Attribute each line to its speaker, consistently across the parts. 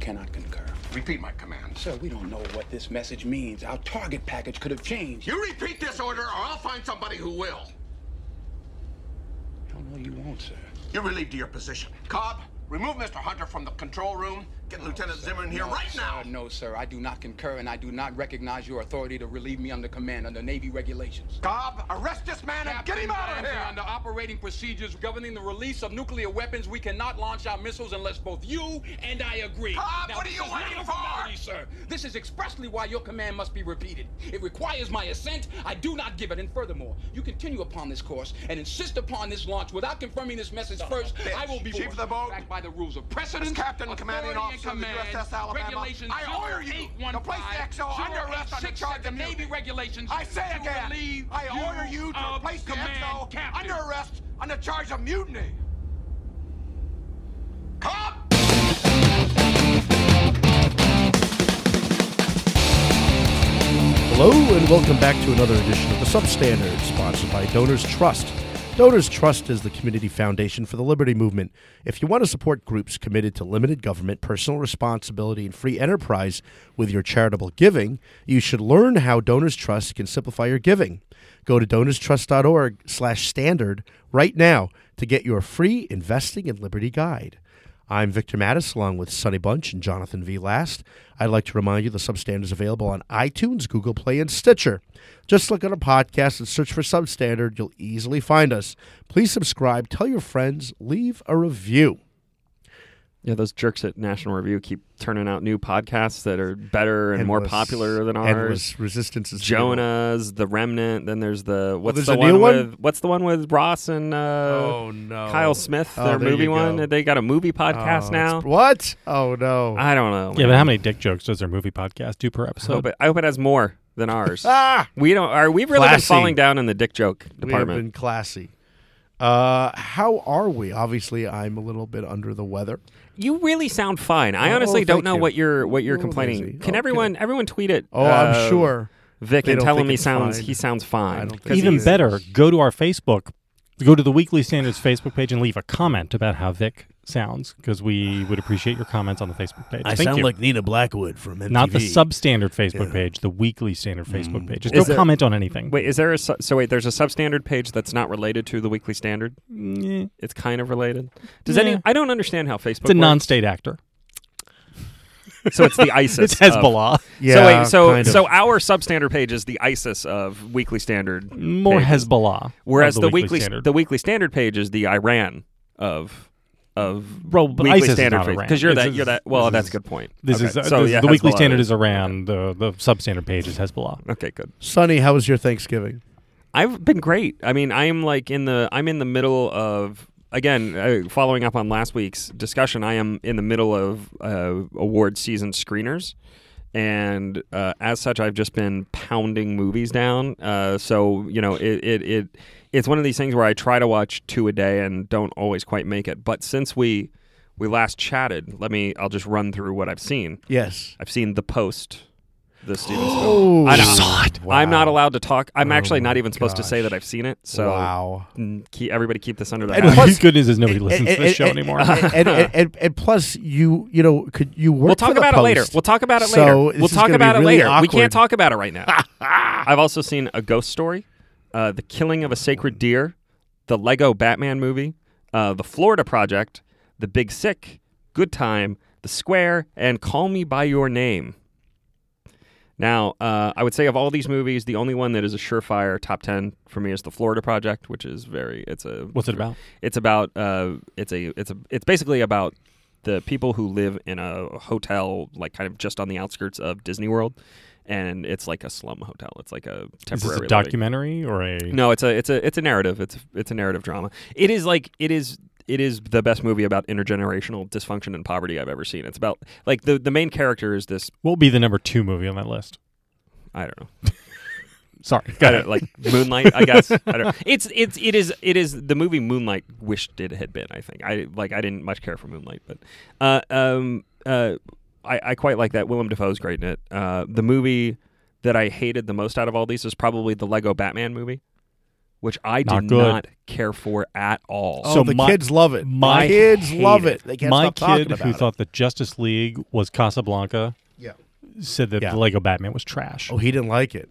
Speaker 1: cannot concur.
Speaker 2: Repeat my command.
Speaker 1: Sir, we don't know what this message means. Our target package could have changed.
Speaker 2: You repeat this order, or I'll find somebody who will.
Speaker 1: Hell no, you won't, sir.
Speaker 2: You're relieved to your position. Cobb, remove Mr. Hunter from the control room. Get Lieutenant
Speaker 1: sir.
Speaker 2: Zimmer in here
Speaker 1: No,
Speaker 2: right
Speaker 1: sir.
Speaker 2: now.
Speaker 1: No, sir. I do not concur, and I do not recognize your authority to relieve me under command under Navy regulations.
Speaker 2: Cobb, arrest this man and get him out of
Speaker 1: Ramsey,
Speaker 2: here.
Speaker 1: Under operating procedures governing the release of nuclear weapons, we cannot launch our missiles unless both you and I agree.
Speaker 2: Cobb,
Speaker 1: Now,
Speaker 2: what are
Speaker 1: this
Speaker 2: you
Speaker 1: is not
Speaker 2: waiting
Speaker 1: a
Speaker 2: for?
Speaker 1: formality, sir. This is expressly why your command must be repeated. It requires my assent. I do not give it. And furthermore, you continue upon this course and insist upon this launch without confirming this message first.
Speaker 2: bitch.
Speaker 1: I will be
Speaker 2: Chief of the boat.
Speaker 1: backed by the rules of precedence,
Speaker 2: As captain and commanding
Speaker 1: authority and
Speaker 2: officer of the
Speaker 1: command,
Speaker 2: USS Alabama,
Speaker 1: regulations
Speaker 2: I order you
Speaker 1: 0815,
Speaker 2: to place the XO under arrest on the
Speaker 1: 0867
Speaker 2: charge of
Speaker 1: Navy
Speaker 2: mutiny.
Speaker 1: regulations.
Speaker 2: I say
Speaker 1: to
Speaker 2: again,
Speaker 1: relieve
Speaker 2: I order you to
Speaker 1: of
Speaker 2: place the
Speaker 1: command,
Speaker 2: XO
Speaker 1: Captain.
Speaker 2: under arrest on the charge of mutiny. Cobb!
Speaker 3: Hello and welcome back to another edition of The Substandard, sponsored by Donors Trust. Donors Trust is the community foundation for the liberty movement. If you want to support groups committed to limited government, personal responsibility, and free enterprise with your charitable giving, you should learn how Donors Trust can simplify your giving. Go to donorstrust.org slash standard right now to get your free Investing in Liberty guide. I'm Victor Mattis, along with Sonny Bunch and Jonathan V. Last. I'd like to remind you the Substandard is available on iTunes, Google Play, and Stitcher. Just look on a podcast and search for Substandard. You'll easily find us. Please subscribe, tell your friends, leave a review.
Speaker 4: Yeah, those jerks at National Review keep turning out new podcasts that are better and, more
Speaker 3: Endless-
Speaker 4: popular than ours.
Speaker 3: Endless resistance is real.
Speaker 4: Jonah's, The Remnant. Then there's the what's
Speaker 3: Oh, there's
Speaker 4: the
Speaker 3: a
Speaker 4: one
Speaker 3: new one?
Speaker 4: with what's the one with Ross and uh,
Speaker 3: Oh, no.
Speaker 4: Kyle Smith,
Speaker 3: Oh,
Speaker 4: their
Speaker 3: there
Speaker 4: movie
Speaker 3: you
Speaker 4: one.
Speaker 3: go.
Speaker 4: They got a movie podcast
Speaker 3: Oh,
Speaker 4: now.
Speaker 3: it's- What? Oh no!
Speaker 4: I don't know.
Speaker 5: Yeah,
Speaker 4: man.
Speaker 5: but how many dick jokes does their movie podcast do per
Speaker 4: I hope
Speaker 5: episode?
Speaker 4: it, I hope it has more than ours.
Speaker 3: ah,
Speaker 4: we don't. Are we really been
Speaker 3: Classy.
Speaker 4: falling down in the dick joke
Speaker 3: we have
Speaker 4: department?
Speaker 3: been classy. Uh, how are we? Obviously, I'm a little bit under the weather.
Speaker 4: You really sound fine. I
Speaker 3: Oh,
Speaker 4: honestly
Speaker 3: thank
Speaker 4: don't know
Speaker 3: you.
Speaker 4: what you're what you're
Speaker 3: Oh,
Speaker 4: complaining.
Speaker 3: lazy.
Speaker 4: Can
Speaker 3: Okay.
Speaker 4: everyone everyone tweet it?
Speaker 3: Oh,
Speaker 4: uh,
Speaker 3: I'm sure.
Speaker 4: Vic
Speaker 3: They
Speaker 4: and
Speaker 3: don't
Speaker 4: tell
Speaker 3: think
Speaker 4: him he
Speaker 3: it's
Speaker 4: sounds
Speaker 3: fine.
Speaker 4: he sounds fine.
Speaker 3: I don't
Speaker 4: 'Cause
Speaker 3: think
Speaker 5: Even
Speaker 4: he's-
Speaker 3: it's-
Speaker 5: better, go to our Facebook, go to the Weekly Standards Facebook page and leave a comment about how Vic sounds because we would appreciate your comments on the Facebook page. Thank you.
Speaker 3: Nina Blackwood from MTV.
Speaker 5: not the substandard Facebook page, the Weekly Standard Facebook page. Just
Speaker 4: Mm. Is
Speaker 5: go
Speaker 4: there-
Speaker 5: comment on anything.
Speaker 4: Wait, is there a su- so wait? There's a substandard page that's not related to the Weekly Standard.
Speaker 5: Mm,
Speaker 4: It's kind of related. Does
Speaker 5: Yeah.
Speaker 4: any? I don't understand how Facebook.
Speaker 5: it's a
Speaker 4: works.
Speaker 5: non-state actor.
Speaker 4: So it's the ISIS.
Speaker 5: It's
Speaker 4: of-
Speaker 5: Hezbollah.
Speaker 3: Yeah,
Speaker 4: so wait,
Speaker 3: kind
Speaker 4: so
Speaker 3: of.
Speaker 4: so our substandard page is the ISIS of Weekly Standard.
Speaker 5: More
Speaker 4: pages.
Speaker 5: Hezbollah.
Speaker 4: Whereas
Speaker 5: of
Speaker 4: the,
Speaker 5: Weekly,
Speaker 4: weekly
Speaker 5: Standard.
Speaker 4: the weekly standard page is the Iran of of
Speaker 5: Well, but
Speaker 4: weekly
Speaker 5: ISIS is
Speaker 4: standard
Speaker 5: not Iran.
Speaker 4: because you're
Speaker 5: This
Speaker 4: that
Speaker 5: is-
Speaker 4: you're that well
Speaker 5: this
Speaker 4: that's
Speaker 5: is-
Speaker 4: a good point.
Speaker 5: This
Speaker 4: Okay,
Speaker 5: is uh,
Speaker 4: so
Speaker 5: this is-
Speaker 4: yeah,
Speaker 5: the Weekly
Speaker 4: Hezbollah
Speaker 5: Standard is Iran. The the substandard page is Hezbollah.
Speaker 4: Okay, good.
Speaker 3: Sonny, how was your Thanksgiving?
Speaker 4: I've been great. I mean, I am like in the I'm in the middle of again uh, following up on last week's discussion. I am in the middle of uh, award season screeners, and uh, as such, I've just been pounding movies down. Uh, so you know, it, it it it's one of these things where I try to watch two a day and don't always quite make it. But since we we last chatted, let me I'll just run through what I've seen.
Speaker 3: Yes.
Speaker 4: I've seen The Post. The Steven
Speaker 3: Oh,
Speaker 4: I know.
Speaker 3: saw it.
Speaker 4: I'm not allowed to talk. I'm actually not
Speaker 3: Oh my
Speaker 4: even supposed to say
Speaker 3: gosh.
Speaker 4: that I've seen it. So
Speaker 3: wow.
Speaker 4: mm, keep, everybody keep this under their
Speaker 3: And
Speaker 4: hat.
Speaker 3: plus-
Speaker 5: The good news is nobody listens to
Speaker 3: And-
Speaker 5: this show
Speaker 3: and-
Speaker 5: anymore.
Speaker 4: uh,
Speaker 3: And, and, and- and plus, you you know, could you work?
Speaker 4: We'll
Speaker 3: for
Speaker 4: talk
Speaker 3: the
Speaker 4: about it later.
Speaker 3: Post?
Speaker 4: We'll talk about it
Speaker 3: So
Speaker 4: later.
Speaker 3: this
Speaker 4: We'll
Speaker 3: is
Speaker 4: talk
Speaker 3: gonna be
Speaker 4: about it
Speaker 3: really
Speaker 4: later. We
Speaker 3: awkward.
Speaker 4: can't talk about it right now. I've also seen A Ghost Story, uh, The Killing of a Sacred Deer, the Lego Batman movie, uh, The Florida Project, The Big Sick, Good Time, The Square, and Call Me by Your Name. Now, uh, I would say of all these movies, the only one that is a surefire top ten for me is The Florida Project, which is very. It's a
Speaker 5: What's it about?
Speaker 4: it's about uh, it's a it's a it's basically about the people who live in a hotel like kind of just on the outskirts of Disney World, and it's like a slum hotel. It's like a
Speaker 5: Is this
Speaker 4: temporary
Speaker 5: a
Speaker 4: living-
Speaker 5: documentary or a?
Speaker 4: No, it's a it's a it's a narrative. It's it's a narrative drama. It is like it is. It is the best movie about intergenerational dysfunction and poverty I've ever seen. It's about like the the main character is this
Speaker 5: What would be the number two movie on that list?
Speaker 4: I don't know
Speaker 5: Sorry,
Speaker 4: I don't- like Moonlight, I guess. I don't. It's it's it is it is the movie Moonlight wished it had been. I think I like I didn't much care for Moonlight, but uh, um uh I, I quite like that. Willem Dafoe's great in it. Uh, the movie that I hated the most out of all these is probably the Lego Batman movie, which I
Speaker 5: Not
Speaker 4: did
Speaker 5: good.
Speaker 4: not care for at all.
Speaker 3: Oh,
Speaker 5: So
Speaker 3: the
Speaker 5: my-
Speaker 3: kids love it.
Speaker 5: my-
Speaker 3: the kids
Speaker 4: hate
Speaker 3: love
Speaker 4: it.
Speaker 3: it. They can't
Speaker 5: My
Speaker 3: stop talking
Speaker 5: kid
Speaker 3: about
Speaker 5: who
Speaker 3: it.
Speaker 5: thought the Justice League was Casablanca
Speaker 3: yeah.
Speaker 5: said that
Speaker 3: Yeah.
Speaker 5: the Lego Batman was trash.
Speaker 3: Oh, he didn't like it.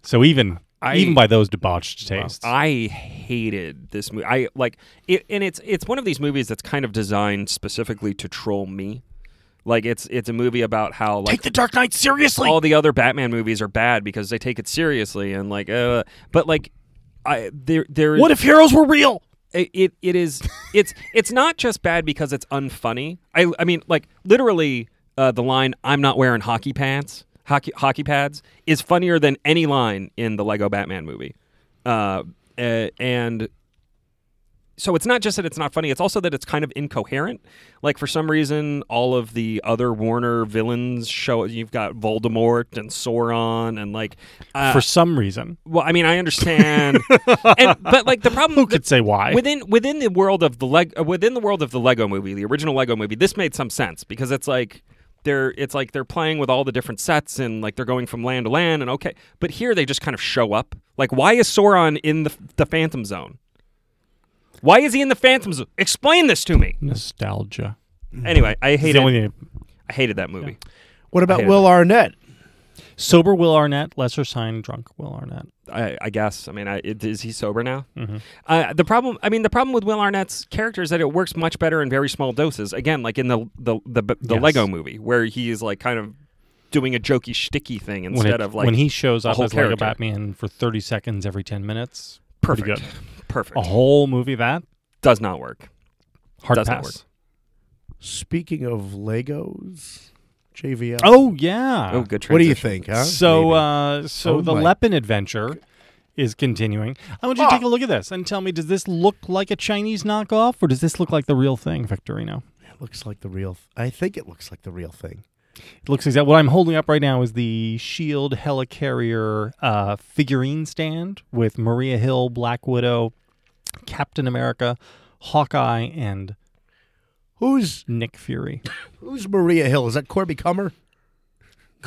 Speaker 5: So even
Speaker 4: I-
Speaker 5: even by those debauched tastes,
Speaker 4: I hated this movie. I like it, and it's it's one of these movies that's kind of designed specifically to troll me. Like it's it's a movie about how like
Speaker 5: Dark Knight seriously.
Speaker 4: all the other Batman movies are bad because they take it seriously and like uh but like I there there is
Speaker 5: if heroes were real?
Speaker 4: it, it it is it's it's not just bad because it's unfunny. I I mean like literally uh, the line I'm not wearing hockey pants hockey hockey pads is funnier than any line in the Lego Batman movie. Uh, uh, and so it's not just that it's not funny; it's also that it's kind of incoherent. Like for some reason, all of the other Warner villains show. You've got Voldemort and Sauron, and like, uh,
Speaker 5: For some reason,
Speaker 4: well, I mean, I understand, and but like the problem
Speaker 5: who could say why?
Speaker 4: within within the world of the leg uh, within the world of the Lego movie, the original Lego movie, this made some sense because it's like they're it's like they're playing with all the different sets and like they're going from land to land and okay, but here they just kind of show up. Like, why is Sauron in the the Phantom Zone? Why is he in the Phantom Zone? Explain this to me.
Speaker 5: Nostalgia.
Speaker 4: Anyway, I
Speaker 5: It's
Speaker 4: hated
Speaker 5: Mm-hmm. the only thing.
Speaker 4: I hated that movie.
Speaker 3: What
Speaker 4: I
Speaker 3: about
Speaker 4: hated
Speaker 3: Will Arnett?
Speaker 5: Sober Will Arnett, lesser sign drunk Will Arnett.
Speaker 4: I, I guess. I mean, I, it, is he sober now?
Speaker 3: Mm-hmm.
Speaker 4: Uh, the problem. I mean, the problem with Will Arnett's character is that it works much better in very small doses. Again, like in the the the, the,
Speaker 5: Yes.
Speaker 4: Lego Movie, where he is like kind of doing a jokey, sticky thing
Speaker 5: When,
Speaker 4: instead
Speaker 5: it-
Speaker 4: of like
Speaker 5: when he shows
Speaker 4: a
Speaker 5: up
Speaker 4: whole
Speaker 5: as Lego
Speaker 4: character.
Speaker 5: Batman for 30 seconds every 10 minutes, pretty
Speaker 4: perfect, perfect
Speaker 5: a whole movie of that
Speaker 4: does not work.
Speaker 5: hard
Speaker 4: Does not work.
Speaker 5: pass.
Speaker 3: Speaking of Legos, JVL.
Speaker 5: Oh yeah.
Speaker 4: oh, good. Transition.
Speaker 3: what do you think? Huh?
Speaker 5: So
Speaker 3: Maybe.
Speaker 5: uh, so
Speaker 3: Oh
Speaker 5: the
Speaker 3: my-
Speaker 5: Leppin adventure is continuing. I want you to take a look at this and tell me does this look like a Chinese knockoff or does this look like the real thing, Victorino?
Speaker 3: it looks like the real. I think it looks like the real thing.
Speaker 5: It looks exactly what I'm holding up right now is the Shield E Helicarrier uh, figurine stand with Maria Hill, Black Widow, Captain America, Hawkeye, and
Speaker 3: Who's
Speaker 5: Nick Fury.
Speaker 3: Who's Maria Hill? Is that Corby Cummer?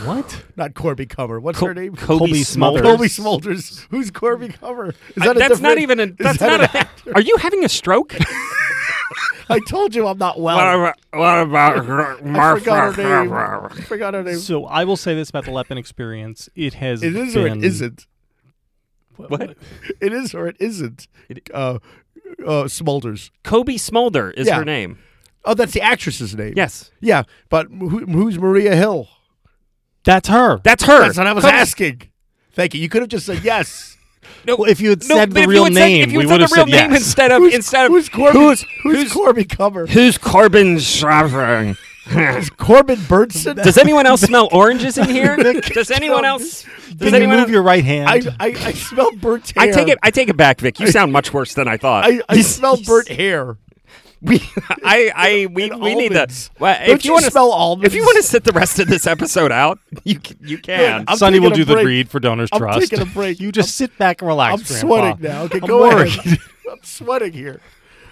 Speaker 5: What?
Speaker 3: Not Corby Cummer. What's her name?
Speaker 4: Kobe,
Speaker 5: Kobe
Speaker 4: Smulders.
Speaker 5: Smulders.
Speaker 3: Colby Smolders. Who's Corby Cummer? Is
Speaker 4: I-
Speaker 3: that a
Speaker 4: that's not even
Speaker 3: different-
Speaker 4: a.
Speaker 3: is
Speaker 4: That's
Speaker 3: that
Speaker 4: not
Speaker 3: an
Speaker 4: a. thing. Are you having a stroke?
Speaker 3: I told you I'm not well.
Speaker 4: what about
Speaker 3: I forgot her name. I forgot her name.
Speaker 5: So I will say this about the Leppin experience. It has
Speaker 3: It is or
Speaker 5: been
Speaker 3: it isn't.
Speaker 4: What?
Speaker 3: It is or it isn't. Uh, uh, Smolders.
Speaker 4: Kobe Smolder is
Speaker 3: Yeah.
Speaker 4: her name.
Speaker 3: Oh, that's the actress's name.
Speaker 4: Yes,
Speaker 3: Yeah, but who, who's Maria Hill?
Speaker 5: That's her.
Speaker 4: that's her.
Speaker 3: That's what I was
Speaker 4: Kobe-
Speaker 3: asking. Thank you. You could have just said yes.
Speaker 4: No,
Speaker 5: Well, if you had
Speaker 4: no,
Speaker 5: said
Speaker 4: but
Speaker 5: the
Speaker 4: if you
Speaker 5: real
Speaker 4: had said-
Speaker 5: name,
Speaker 4: if you
Speaker 5: we
Speaker 4: had said
Speaker 5: would have
Speaker 4: the real
Speaker 5: said
Speaker 4: name
Speaker 5: yes.
Speaker 4: instead of
Speaker 3: Who's,
Speaker 4: instead of
Speaker 3: who's Corbin?
Speaker 4: who's
Speaker 3: who's Corby Comer?
Speaker 4: who's Corbin shopping?
Speaker 3: Is Corbin Burnson?
Speaker 4: Does anyone else smell oranges in here? Does anyone else? Does
Speaker 5: Can you
Speaker 4: anyone
Speaker 5: move
Speaker 4: else?
Speaker 5: your right
Speaker 3: I,
Speaker 5: hand?
Speaker 3: I, I smell burnt hair.
Speaker 4: I take it. I take it back, Vic. You sound much worse than I thought.
Speaker 3: I, I
Speaker 4: You-
Speaker 3: smell burnt hair.
Speaker 4: We, I, I, we,
Speaker 3: And
Speaker 4: we need that.
Speaker 3: almonds.
Speaker 4: Well,
Speaker 3: Don't
Speaker 4: if
Speaker 3: you
Speaker 4: you want to
Speaker 3: smell almonds?
Speaker 4: if you want to sit the rest of this episode out, you c- you can.
Speaker 3: I'm
Speaker 5: Sonny will
Speaker 3: taking
Speaker 5: do
Speaker 3: a
Speaker 5: the
Speaker 3: break.
Speaker 5: read for Donors
Speaker 3: I'm
Speaker 5: Trust.
Speaker 3: taking a break.
Speaker 5: You just sit back and relax.
Speaker 3: I'm
Speaker 5: Grandpa.
Speaker 3: sweating now. Okay,
Speaker 5: I'm
Speaker 3: go
Speaker 5: worried.
Speaker 3: ahead. I'm sweating here.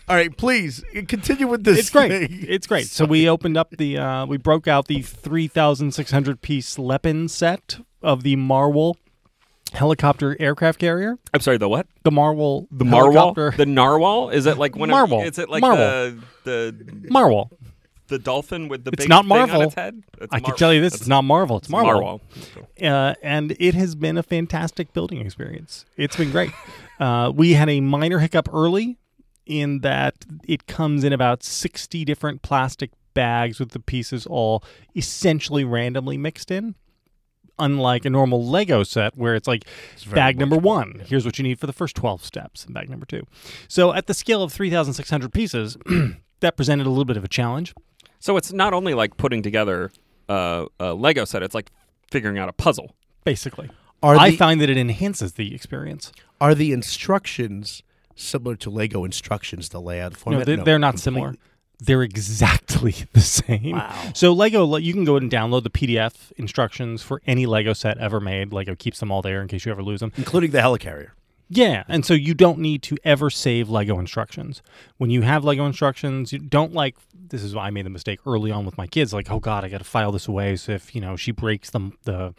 Speaker 3: All right, please continue with this.
Speaker 5: It's great.
Speaker 3: thing.
Speaker 5: It's great. So we opened up the, uh, we broke out the 3,600 piece Leppin set of the Marwol helicopter aircraft carrier.
Speaker 4: I'm sorry. The what?
Speaker 5: The Marwol.
Speaker 4: The narwhal. The narwhal. Is it like one?
Speaker 5: Marvel.
Speaker 4: Of, is it like
Speaker 5: Marvel.
Speaker 4: the the
Speaker 5: Marwol.
Speaker 4: the dolphin with the
Speaker 5: It's
Speaker 4: big
Speaker 5: not
Speaker 4: thing on
Speaker 5: Marvel.
Speaker 4: its head? It's
Speaker 5: I can
Speaker 4: Marvel.
Speaker 5: tell you this. It's not Marvel. It's
Speaker 4: It's
Speaker 5: Marvel.
Speaker 4: Marvel.
Speaker 5: Uh, and it has been a fantastic building experience. It's been great. uh, we had a minor hiccup early in that it comes in about 60 different plastic bags with the pieces all essentially randomly mixed in. Unlike a normal Lego set where it's like bag number one, here's what you need for the first 12 steps, and bag number two. So, at the scale of 3,600 pieces, that presented a little bit of a challenge.
Speaker 4: So it's not only like putting together uh, a Lego set; it's like figuring out a puzzle.
Speaker 5: basically.
Speaker 3: Are
Speaker 5: I
Speaker 3: the-
Speaker 5: find that it enhances the experience.
Speaker 3: Are the instructions similar to Lego instructions? The layout
Speaker 5: No,
Speaker 3: format.
Speaker 5: they, they're not similar. They're exactly the same. So Lego, le- you can go and download the PDF instructions for any Lego set ever made. Lego keeps them all there in case you ever lose them.
Speaker 3: including the helicarrier.
Speaker 5: Yeah, and so you don't need to ever save Lego instructions. When you have Lego instructions, you don't like this is why I made the mistake early on with my kids like, "Oh god, I got to file this away so if, you know, she breaks the the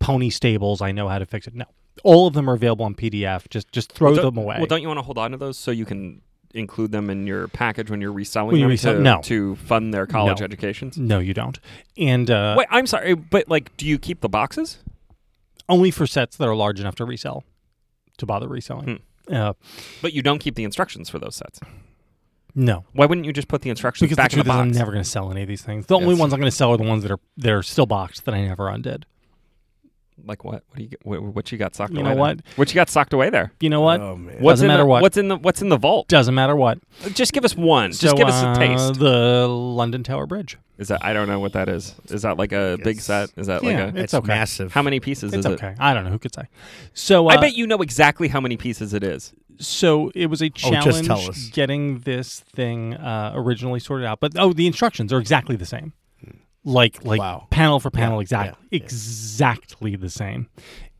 Speaker 5: pony stables, I know how to fix it." No. all of them are available on PDF. Just just throw
Speaker 4: Don't-
Speaker 5: them away.
Speaker 4: Well, don't you want to hold on to those so you can include them in your package when you're reselling
Speaker 5: When you
Speaker 4: them
Speaker 5: resell-
Speaker 4: to,
Speaker 5: no.
Speaker 4: to fund their college
Speaker 5: No.
Speaker 4: educations?
Speaker 5: no, you don't. And uh,
Speaker 4: Wait, I'm sorry, but like, do you keep the boxes?
Speaker 5: only for sets that are large enough to resell, to bother reselling.
Speaker 4: Hmm.
Speaker 5: Uh,
Speaker 4: But you don't keep the instructions for those sets.
Speaker 5: no,
Speaker 4: Why wouldn't you just put the instructions
Speaker 5: because
Speaker 4: back
Speaker 5: the truth
Speaker 4: in the
Speaker 5: is,
Speaker 4: box?
Speaker 5: I'm never going to sell any of these things. The only
Speaker 4: Yes.
Speaker 5: ones I'm going to sell are the ones that are that are still boxed that I never undid.
Speaker 4: Like what? What do you get- what, what you got socked
Speaker 5: You
Speaker 4: away?
Speaker 5: know
Speaker 4: there?
Speaker 5: what?
Speaker 4: What you got socked away there?
Speaker 5: You know what?
Speaker 3: Oh, man.
Speaker 4: What's
Speaker 5: Doesn't
Speaker 4: in
Speaker 5: matter
Speaker 4: the,
Speaker 5: what.
Speaker 4: What's in the What's in the vault?
Speaker 5: Doesn't matter what.
Speaker 4: Just give us one. Just
Speaker 5: So,
Speaker 4: give us a
Speaker 5: uh,
Speaker 4: taste.
Speaker 5: The London Tower Bridge.
Speaker 4: Is that I don't know what that is. Is that like a big
Speaker 3: It's-
Speaker 4: set? Is that
Speaker 5: Yeah,
Speaker 4: like a
Speaker 5: it's
Speaker 3: It's
Speaker 5: okay.
Speaker 3: massive.
Speaker 4: how many pieces
Speaker 5: It's
Speaker 4: is
Speaker 5: okay.
Speaker 4: it?
Speaker 5: I don't know who could say. So uh,
Speaker 4: I bet you know exactly how many pieces it is.
Speaker 5: so it was a
Speaker 3: Oh,
Speaker 5: challenge
Speaker 3: just tell us.
Speaker 5: getting this thing uh, originally sorted out. But oh, the instructions are exactly the same. Like like
Speaker 3: Wow.
Speaker 5: panel for panel,
Speaker 3: Yeah,
Speaker 5: exactly
Speaker 3: yeah, yeah.
Speaker 5: exactly the same.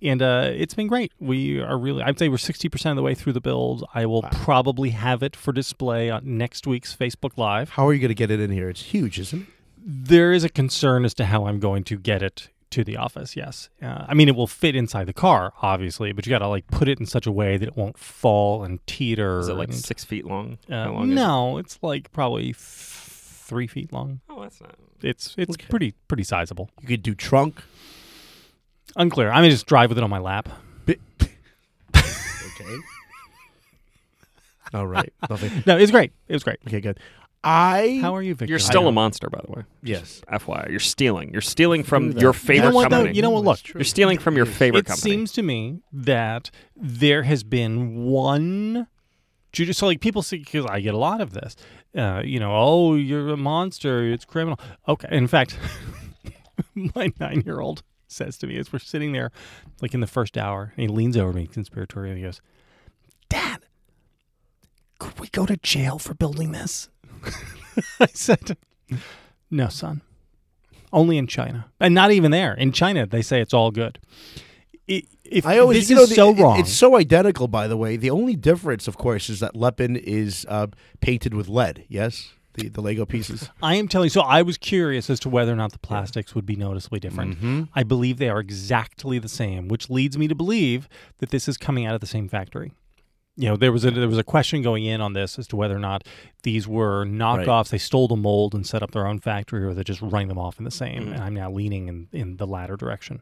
Speaker 5: And uh, it's been great. We are really, I'd say we're 60% of the way through the build. I will probably have it for display on next week's Facebook Live.
Speaker 3: How are you going to get it in here? It's huge, isn't it?
Speaker 5: There is a concern as to how I'm going to get it to the office, yes. Uh, I mean, it will fit inside the car, obviously, but you got to like put it in such a way that it won't fall and teeter.
Speaker 4: Is it like
Speaker 5: and-
Speaker 4: six feet long?
Speaker 5: uh,
Speaker 4: How long is it?
Speaker 5: no, it's like probably f- three feet long.
Speaker 4: Oh, that's not.
Speaker 5: It's it's
Speaker 3: Okay.
Speaker 5: pretty pretty sizable.
Speaker 3: You could do trunk.
Speaker 5: Unclear. I'm gonna just drive with it on my lap.
Speaker 3: Bi- okay. All right. Nothing.
Speaker 5: No, it's great. It was great.
Speaker 3: Okay, good. I.
Speaker 5: How are you, Victor?
Speaker 4: You're
Speaker 5: I
Speaker 4: still a
Speaker 5: don't-
Speaker 4: monster, by the way.
Speaker 3: Yes.
Speaker 4: FYI, you're stealing. You're stealing
Speaker 3: Ooh,
Speaker 4: from
Speaker 3: that-
Speaker 4: your
Speaker 3: that-
Speaker 4: favorite
Speaker 5: You know what, though?
Speaker 4: company.
Speaker 5: You know what?
Speaker 3: That's
Speaker 5: Look,
Speaker 3: true.
Speaker 4: You're stealing from your
Speaker 3: It is.
Speaker 4: favorite
Speaker 5: It
Speaker 4: company.
Speaker 5: seems to me that there has been one. judi- So like people see because I get a lot of this, uh, you know. Oh, you're a monster. It's criminal. Okay. In fact, my nine-year-old says to me as we're sitting there, like in the first hour, and he leans over me conspiratorially and he goes, "Dad, could we go to jail for building this?" I said, "No, son." Only in China, and not even there. In China, they say it's all good. I if
Speaker 3: I always
Speaker 5: this
Speaker 3: you know,
Speaker 5: is
Speaker 3: the-
Speaker 5: so
Speaker 3: it-
Speaker 5: wrong.
Speaker 3: It's so identical, by the way. The only difference, of course, is that Lepin is uh, painted with lead. Yes, the the Lego pieces.
Speaker 5: I am telling you. So I was curious as to whether or not the plastics would be noticeably different.
Speaker 3: Mm-hmm.
Speaker 5: I believe they are exactly the same, which leads me to believe that this is coming out of the same factory. You know, there was a there was a question going in on this as to whether or not these were knockoffs. They stole the mold and set up their own factory, or they're just running them off in the same. And I'm now leaning in in the latter direction.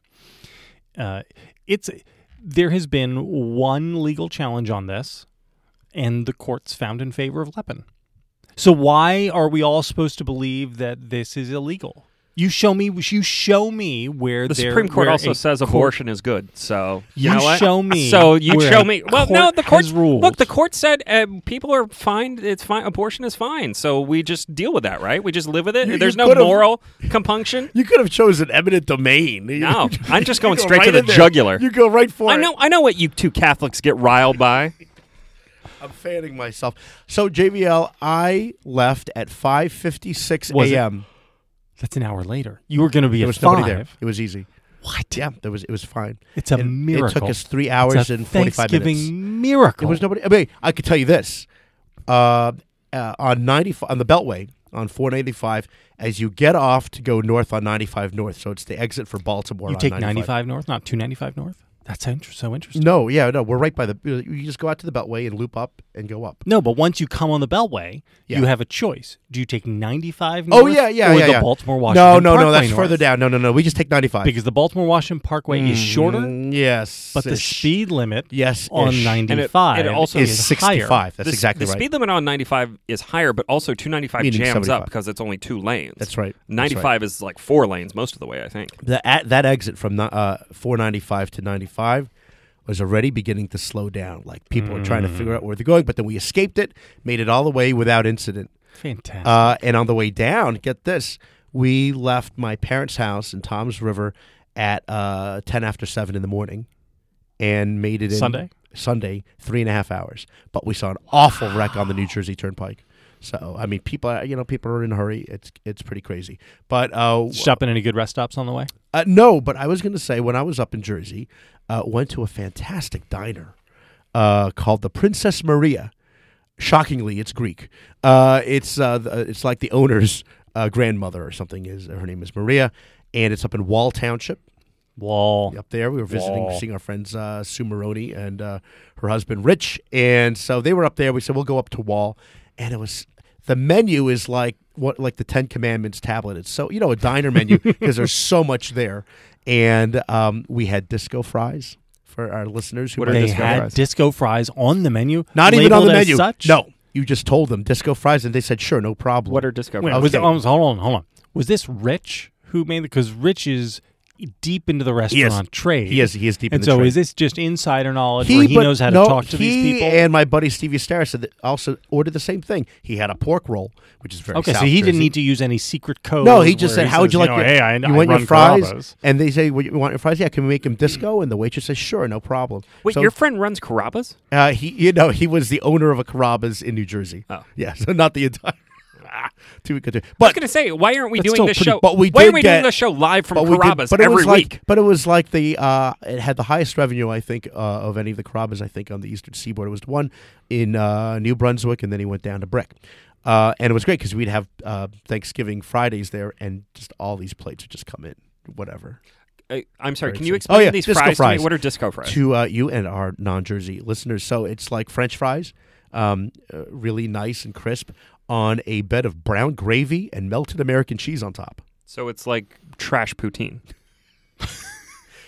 Speaker 5: Uh, it's there has been one legal challenge on this, and the courts found in favor of Leppin. So why are we all supposed to believe that this is illegal? You show me. You show me where
Speaker 4: the
Speaker 5: there-
Speaker 4: Supreme Court
Speaker 5: where
Speaker 4: also
Speaker 5: a
Speaker 4: says abortion is good. So you,
Speaker 5: You
Speaker 4: know what?
Speaker 5: show me
Speaker 4: So you
Speaker 5: where
Speaker 4: show
Speaker 5: a
Speaker 4: me. Well, no,
Speaker 5: court
Speaker 4: the court
Speaker 5: has ruled.
Speaker 4: Look, the court said uh, people are fine. It's fine. Abortion is fine. So we just deal with that, right? We just live with it.
Speaker 3: You-
Speaker 4: There's
Speaker 3: you
Speaker 4: no
Speaker 3: could've-
Speaker 4: moral compunction.
Speaker 3: You could have chosen eminent domain.
Speaker 4: No, I'm just
Speaker 3: You
Speaker 4: going
Speaker 3: go
Speaker 4: straight
Speaker 3: right
Speaker 4: to the
Speaker 3: in there.
Speaker 4: jugular.
Speaker 3: You go right for
Speaker 4: I
Speaker 3: it.
Speaker 4: know. I know what you two Catholics get riled by.
Speaker 3: I'm fanning myself. So JVL, I left at 5:56
Speaker 5: Was it-
Speaker 3: a.m.
Speaker 5: That's an hour later. You were going to be
Speaker 3: There
Speaker 5: at
Speaker 3: was
Speaker 5: five.
Speaker 3: nobody there. It was easy.
Speaker 5: What?
Speaker 3: Yeah, there was. It was fine.
Speaker 5: It's a
Speaker 3: And
Speaker 5: miracle.
Speaker 3: It took us three
Speaker 5: It's
Speaker 3: hours
Speaker 5: a
Speaker 3: and 45
Speaker 5: Thanksgiving
Speaker 3: minutes.
Speaker 5: miracle.
Speaker 3: There was nobody. I mean, I could tell you this: uh, uh, on ninety on the Beltway on four ninety five, as you get off to go north on ninety five north, so it's the exit for Baltimore.
Speaker 5: you
Speaker 3: on
Speaker 5: take
Speaker 3: 95.
Speaker 5: 95 north, not 295 north. That's inter- so interesting.
Speaker 3: No, yeah, no, we're right by the. You just go out to the Beltway and loop up and go up.
Speaker 5: No, but once you come on the Beltway,
Speaker 3: Yeah.
Speaker 5: you have a choice. Do you take 95 north?
Speaker 3: Oh yeah, yeah,
Speaker 5: or
Speaker 3: yeah,
Speaker 5: the
Speaker 3: yeah.
Speaker 5: Baltimore Washington.
Speaker 3: No, no, no,
Speaker 5: Parkway
Speaker 3: that's
Speaker 5: north?
Speaker 3: further down. No, no, no. We just take ninety five
Speaker 5: because the Baltimore Washington Parkway is shorter,
Speaker 3: Yes,
Speaker 5: but the
Speaker 3: ish.
Speaker 5: speed limit
Speaker 3: Yes,
Speaker 5: on
Speaker 3: ish.
Speaker 5: 95
Speaker 4: And it also
Speaker 5: is,
Speaker 3: is sixty
Speaker 5: higher.
Speaker 3: five. That's
Speaker 4: The s-
Speaker 3: exactly
Speaker 4: the
Speaker 3: right.
Speaker 4: speed limit on 95 is higher, but also 295
Speaker 3: Meaning
Speaker 4: jams
Speaker 3: 75.
Speaker 4: up because it's only two lanes.
Speaker 3: That's right. That's
Speaker 4: 95 is like four lanes most of the way, I think.
Speaker 3: the at that exit from uh, 495 to 95 was already beginning to slow down. Like people were trying to figure out where they're going, but then we escaped it, made it all the way without incident.
Speaker 5: Fantastic.
Speaker 3: Uh, and on the way down, get this, we left my parents' house in Tom's River at uh, 10 after 7 in the morning and made it in
Speaker 5: Sunday?
Speaker 3: Sunday, three and a half hours. But we saw an awful wreck on the New Jersey Turnpike. So I mean, people, are- you know, people are in a hurry. It's it's pretty crazy. But uh,
Speaker 5: Stopping any good rest stops on the way?
Speaker 3: uh, no, but I was going to say when I was up in Jersey, uh, went to a fantastic diner uh, called the Princess Maria. Shockingly, it's Greek. Uh, it's uh, th- uh, it's like the owner's uh, grandmother or something. Is her name is Maria, and it's up in Wall Township.
Speaker 5: Wall.
Speaker 3: up there. We were visiting,
Speaker 5: Wow.
Speaker 3: seeing our friends uh, Sue Maroney and uh, her husband Rich, and so they were up there. We said we'll go up to Wall, and it was the menu is like what like the Ten Commandments tablet. It's so you know a diner menu because there's so much there, and um, we had disco fries for our listeners who
Speaker 4: What are
Speaker 3: might not
Speaker 5: They
Speaker 4: disco
Speaker 5: had
Speaker 4: fries.
Speaker 5: disco fries on the menu.
Speaker 3: not even on
Speaker 5: labeled
Speaker 3: the
Speaker 5: as
Speaker 3: menu.
Speaker 5: Such?
Speaker 3: No, you just told them disco fries, and they said sure, no problem.
Speaker 4: What are disco?
Speaker 5: Wait,
Speaker 4: fries?
Speaker 5: was it,
Speaker 3: Okay.
Speaker 5: oh, hold on, hold on. Was this Rich who made it? Because Rich is deep into the restaurant trade.
Speaker 3: He is- he is deep in
Speaker 5: And
Speaker 3: the
Speaker 5: so
Speaker 3: trade.
Speaker 5: is this just insider knowledge where he
Speaker 3: but-
Speaker 5: knows how to
Speaker 3: no,
Speaker 5: talk to
Speaker 3: he
Speaker 5: these people?
Speaker 3: And my buddy Stevie Starr said that also ordered the same thing. He had a pork roll, which is very
Speaker 5: okay, so
Speaker 3: South
Speaker 5: he
Speaker 3: Jersey.
Speaker 5: didn't need to use any secret code.
Speaker 3: No, he just said, "How would you like
Speaker 5: know,
Speaker 3: your,
Speaker 5: Hey, I,
Speaker 3: you
Speaker 5: I
Speaker 3: want
Speaker 5: run
Speaker 3: your fries?"
Speaker 5: Carrabba's."
Speaker 3: And they say, well, "You want your fries? Yeah, can we make them disco?" And the waitress says, "Sure, no problem."
Speaker 4: Wait,
Speaker 3: so,
Speaker 4: your friend runs Carrabba's?
Speaker 3: uh, he, you know, he was the owner of a Carrabba's in New Jersey.
Speaker 4: Oh.
Speaker 3: yeah, so not the entire. Two good,
Speaker 4: I was
Speaker 3: but
Speaker 4: gonna say, why aren't we
Speaker 5: That's
Speaker 4: doing
Speaker 5: still
Speaker 4: this
Speaker 5: pretty-
Speaker 4: show?
Speaker 3: but we
Speaker 4: why
Speaker 3: did
Speaker 4: are we
Speaker 3: get-
Speaker 4: doing the show live from
Speaker 3: but we did,
Speaker 4: Carrabba's
Speaker 3: but it
Speaker 4: every
Speaker 3: was
Speaker 4: week?
Speaker 3: like, but it was like the uh, it had the highest revenue I think uh, of any of the Carrabba's I think on the Eastern Seaboard. It was the one in uh, New Brunswick, and then he went down to Brick. Uh, and it was great because we'd have uh, Thanksgiving Fridays there, and just all these plates would just come in, whatever.
Speaker 4: Uh, I'm sorry. Can
Speaker 3: Very
Speaker 4: you
Speaker 3: soon.
Speaker 4: explain
Speaker 3: Oh, yeah,
Speaker 4: these
Speaker 3: disco
Speaker 4: fries,
Speaker 3: fries.
Speaker 4: to me? What are disco fries?
Speaker 3: to uh, you and our non-Jersey listeners. So it's like French fries, um, uh, really nice and crisp, on a bed of brown gravy and melted American cheese on top.
Speaker 4: so it's like trash poutine.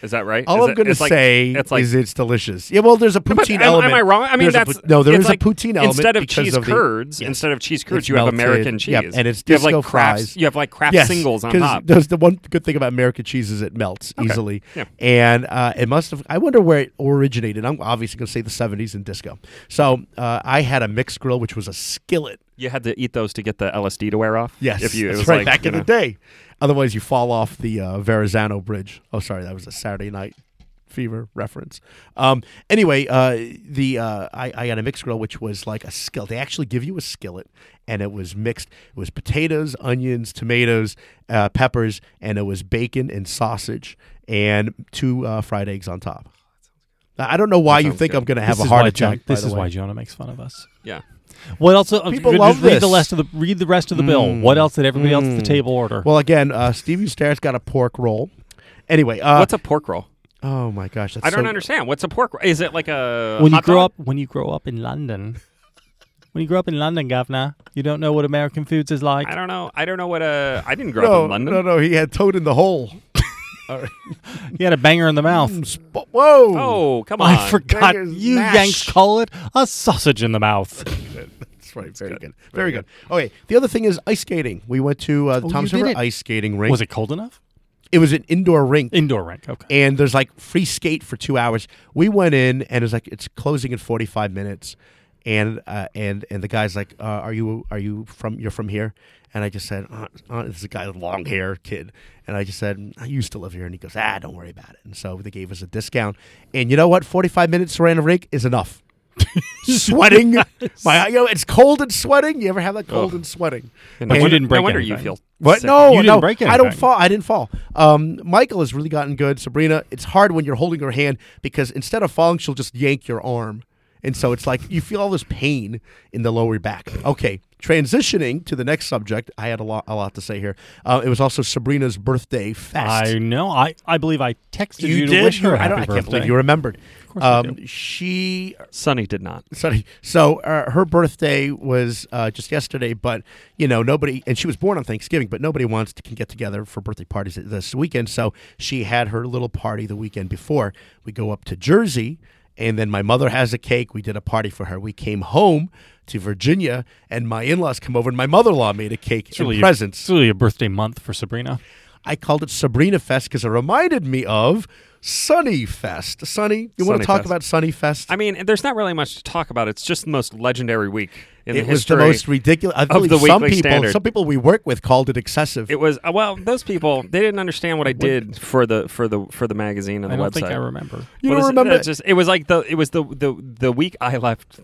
Speaker 4: is that right?
Speaker 3: All
Speaker 4: Is
Speaker 3: I'm
Speaker 4: it-
Speaker 3: going to
Speaker 4: it's like-
Speaker 3: say
Speaker 4: it's like
Speaker 3: is it's delicious. Yeah, well, there's a poutine
Speaker 4: But am,
Speaker 3: element.
Speaker 4: am I wrong? I mean,
Speaker 3: There's a
Speaker 4: that's
Speaker 3: pout- no. There
Speaker 4: it's
Speaker 3: is
Speaker 4: like,
Speaker 3: a poutine element
Speaker 4: instead of
Speaker 3: because
Speaker 4: cheese
Speaker 3: of the-
Speaker 4: curds.
Speaker 3: Yes.
Speaker 4: Instead of cheese curds,
Speaker 3: It's
Speaker 4: you
Speaker 3: melted.
Speaker 4: have American cheese.
Speaker 3: Yep, and it's
Speaker 4: you have like
Speaker 3: disco
Speaker 4: Kraft's-
Speaker 3: fries.
Speaker 4: You have like Kraft singles on
Speaker 3: 'cause
Speaker 4: top.
Speaker 3: There's the one good thing about American cheese is it melts easily,
Speaker 4: Yeah.
Speaker 3: and uh, it must have. I wonder where it originated. I'm obviously going to say the '70s in disco. So uh, I had a mixed grill, which was a skillet.
Speaker 4: You had to eat those to get the LSD to wear off.
Speaker 3: Yes,
Speaker 4: if you, it
Speaker 3: that's
Speaker 4: was
Speaker 3: right
Speaker 4: like,
Speaker 3: back
Speaker 4: you
Speaker 3: in the
Speaker 4: know.
Speaker 3: day. Otherwise, you fall off the uh, Verrazano Bridge. Oh, sorry, that was a Saturday Night Fever reference. Um, anyway, uh, the uh, I, I had a mixed grill, which was like a skillet. They actually give you a skillet, and it was mixed. It was potatoes, onions, tomatoes, uh, peppers, and it was bacon and sausage and two uh, fried eggs on top. I I don't know why you
Speaker 4: sounds
Speaker 3: think
Speaker 4: good.
Speaker 3: I'm going to
Speaker 5: This
Speaker 3: have a
Speaker 5: is
Speaker 3: heart
Speaker 5: why Jon-
Speaker 3: attack. by
Speaker 5: this
Speaker 3: the
Speaker 5: is
Speaker 3: way.
Speaker 5: why Jonah makes fun of us.
Speaker 4: Yeah.
Speaker 5: What else? uh,
Speaker 3: People
Speaker 5: just
Speaker 3: love
Speaker 5: read the
Speaker 3: this. Mm.
Speaker 5: rest of the read the rest of the bill. What else did everybody else at the table order?
Speaker 3: Well, again, uh, Stevie Starrett's got a pork roll. Anyway, uh,
Speaker 4: What's a pork roll?
Speaker 3: Oh my gosh, that's
Speaker 4: I don't
Speaker 3: so-
Speaker 4: understand. What's a pork roll? Is it like a
Speaker 5: when you
Speaker 4: hot
Speaker 5: grow
Speaker 4: dog?
Speaker 5: up when you grow up in London, when you grow up in London, Governor, you don't know what American foods is like.
Speaker 4: I don't know. I don't know what a. I didn't grow up
Speaker 3: No,
Speaker 4: in London.
Speaker 3: no, no. He had toad in the hole.
Speaker 5: You had a banger in the mouth.
Speaker 3: Sp- Whoa!
Speaker 4: Oh, come on.
Speaker 5: I forgot
Speaker 3: Bangers,
Speaker 5: you
Speaker 3: mash.
Speaker 5: Yanks call it a sausage in the mouth.
Speaker 3: that's right. Very good. Very good. Okay. The other thing is ice skating. We went to uh, the
Speaker 5: you
Speaker 3: Thomas
Speaker 5: did
Speaker 3: River
Speaker 5: it.
Speaker 3: ice skating rink.
Speaker 5: Was it cold enough?
Speaker 3: It was an indoor rink.
Speaker 5: Indoor rink. Okay.
Speaker 3: and there's like free skate for two hours. We went in and it's like it's closing in 45 minutes, and uh, and and the guy's like, uh, "Are you are you from you're from here?" And I just said, uh, uh, "This is a guy with long hair kid," and I just said, "I used to live here." And he goes, "Ah, don't worry about it." And so they gave us a discount, and you know what? 45 minutes around a rink is enough. sweating, my you know it's cold and sweating. You ever have that cold
Speaker 4: Ugh.
Speaker 3: and sweating?
Speaker 4: No
Speaker 3: And-
Speaker 5: you
Speaker 4: wonder-
Speaker 5: didn't break
Speaker 4: No wonder you
Speaker 5: anything.
Speaker 4: feel.
Speaker 3: what?
Speaker 4: sick.
Speaker 3: No,
Speaker 5: You didn't
Speaker 3: no,
Speaker 5: break
Speaker 3: I don't
Speaker 5: anything.
Speaker 3: fall. I didn't fall. Um, Michael has really gotten good. Sabrina, it's hard when you're holding her hand because instead of falling, she'll just yank your arm, and so it's like you feel all this pain in the lower back. Okay, transitioning to the next subject. I had a lot, a lot to say here. Uh, it was also Sabrina's birthday fest.
Speaker 5: I know. I, I believe I texted you, to wish her a
Speaker 3: I,
Speaker 5: happy
Speaker 3: don't, I
Speaker 5: birthday.
Speaker 3: can't believe you remembered.
Speaker 5: course I
Speaker 3: um, she
Speaker 4: Sonny did not.
Speaker 3: Sorry. So uh, her birthday was uh, just yesterday, but you know nobody, and she was born on Thanksgiving, but nobody wants to can get together for birthday parties this weekend. So she had her little party the weekend before. We go up to Jersey, and then my mother has a cake. We did a party for her. We came home to Virginia, and my in-laws come over, and my mother-in-law made a cake
Speaker 5: It's really
Speaker 3: and
Speaker 5: a-
Speaker 3: presents.
Speaker 5: It's really a birthday month for Sabrina.
Speaker 3: I called it Sabrina Fest because it reminded me of Sunny Fest. Sunny, you want
Speaker 4: Sunny
Speaker 3: to talk
Speaker 4: Fest.
Speaker 3: about Sunny Fest?
Speaker 4: I mean, there's not really much to talk about. It's just the most legendary week in
Speaker 3: it
Speaker 4: the
Speaker 3: was the
Speaker 4: history.
Speaker 3: most ridiculous. I believe
Speaker 4: the
Speaker 3: some
Speaker 4: Weekly
Speaker 3: people,
Speaker 4: Standard.
Speaker 3: some people we work with called it excessive.
Speaker 4: It was uh, well, those people they didn't understand what I did for the for the for the magazine and
Speaker 5: I
Speaker 4: the
Speaker 5: don't
Speaker 4: website.
Speaker 5: think I remember.
Speaker 3: you
Speaker 4: What
Speaker 3: don't
Speaker 4: is it?
Speaker 3: remember?
Speaker 4: That's just- it was like the it was the the the week I left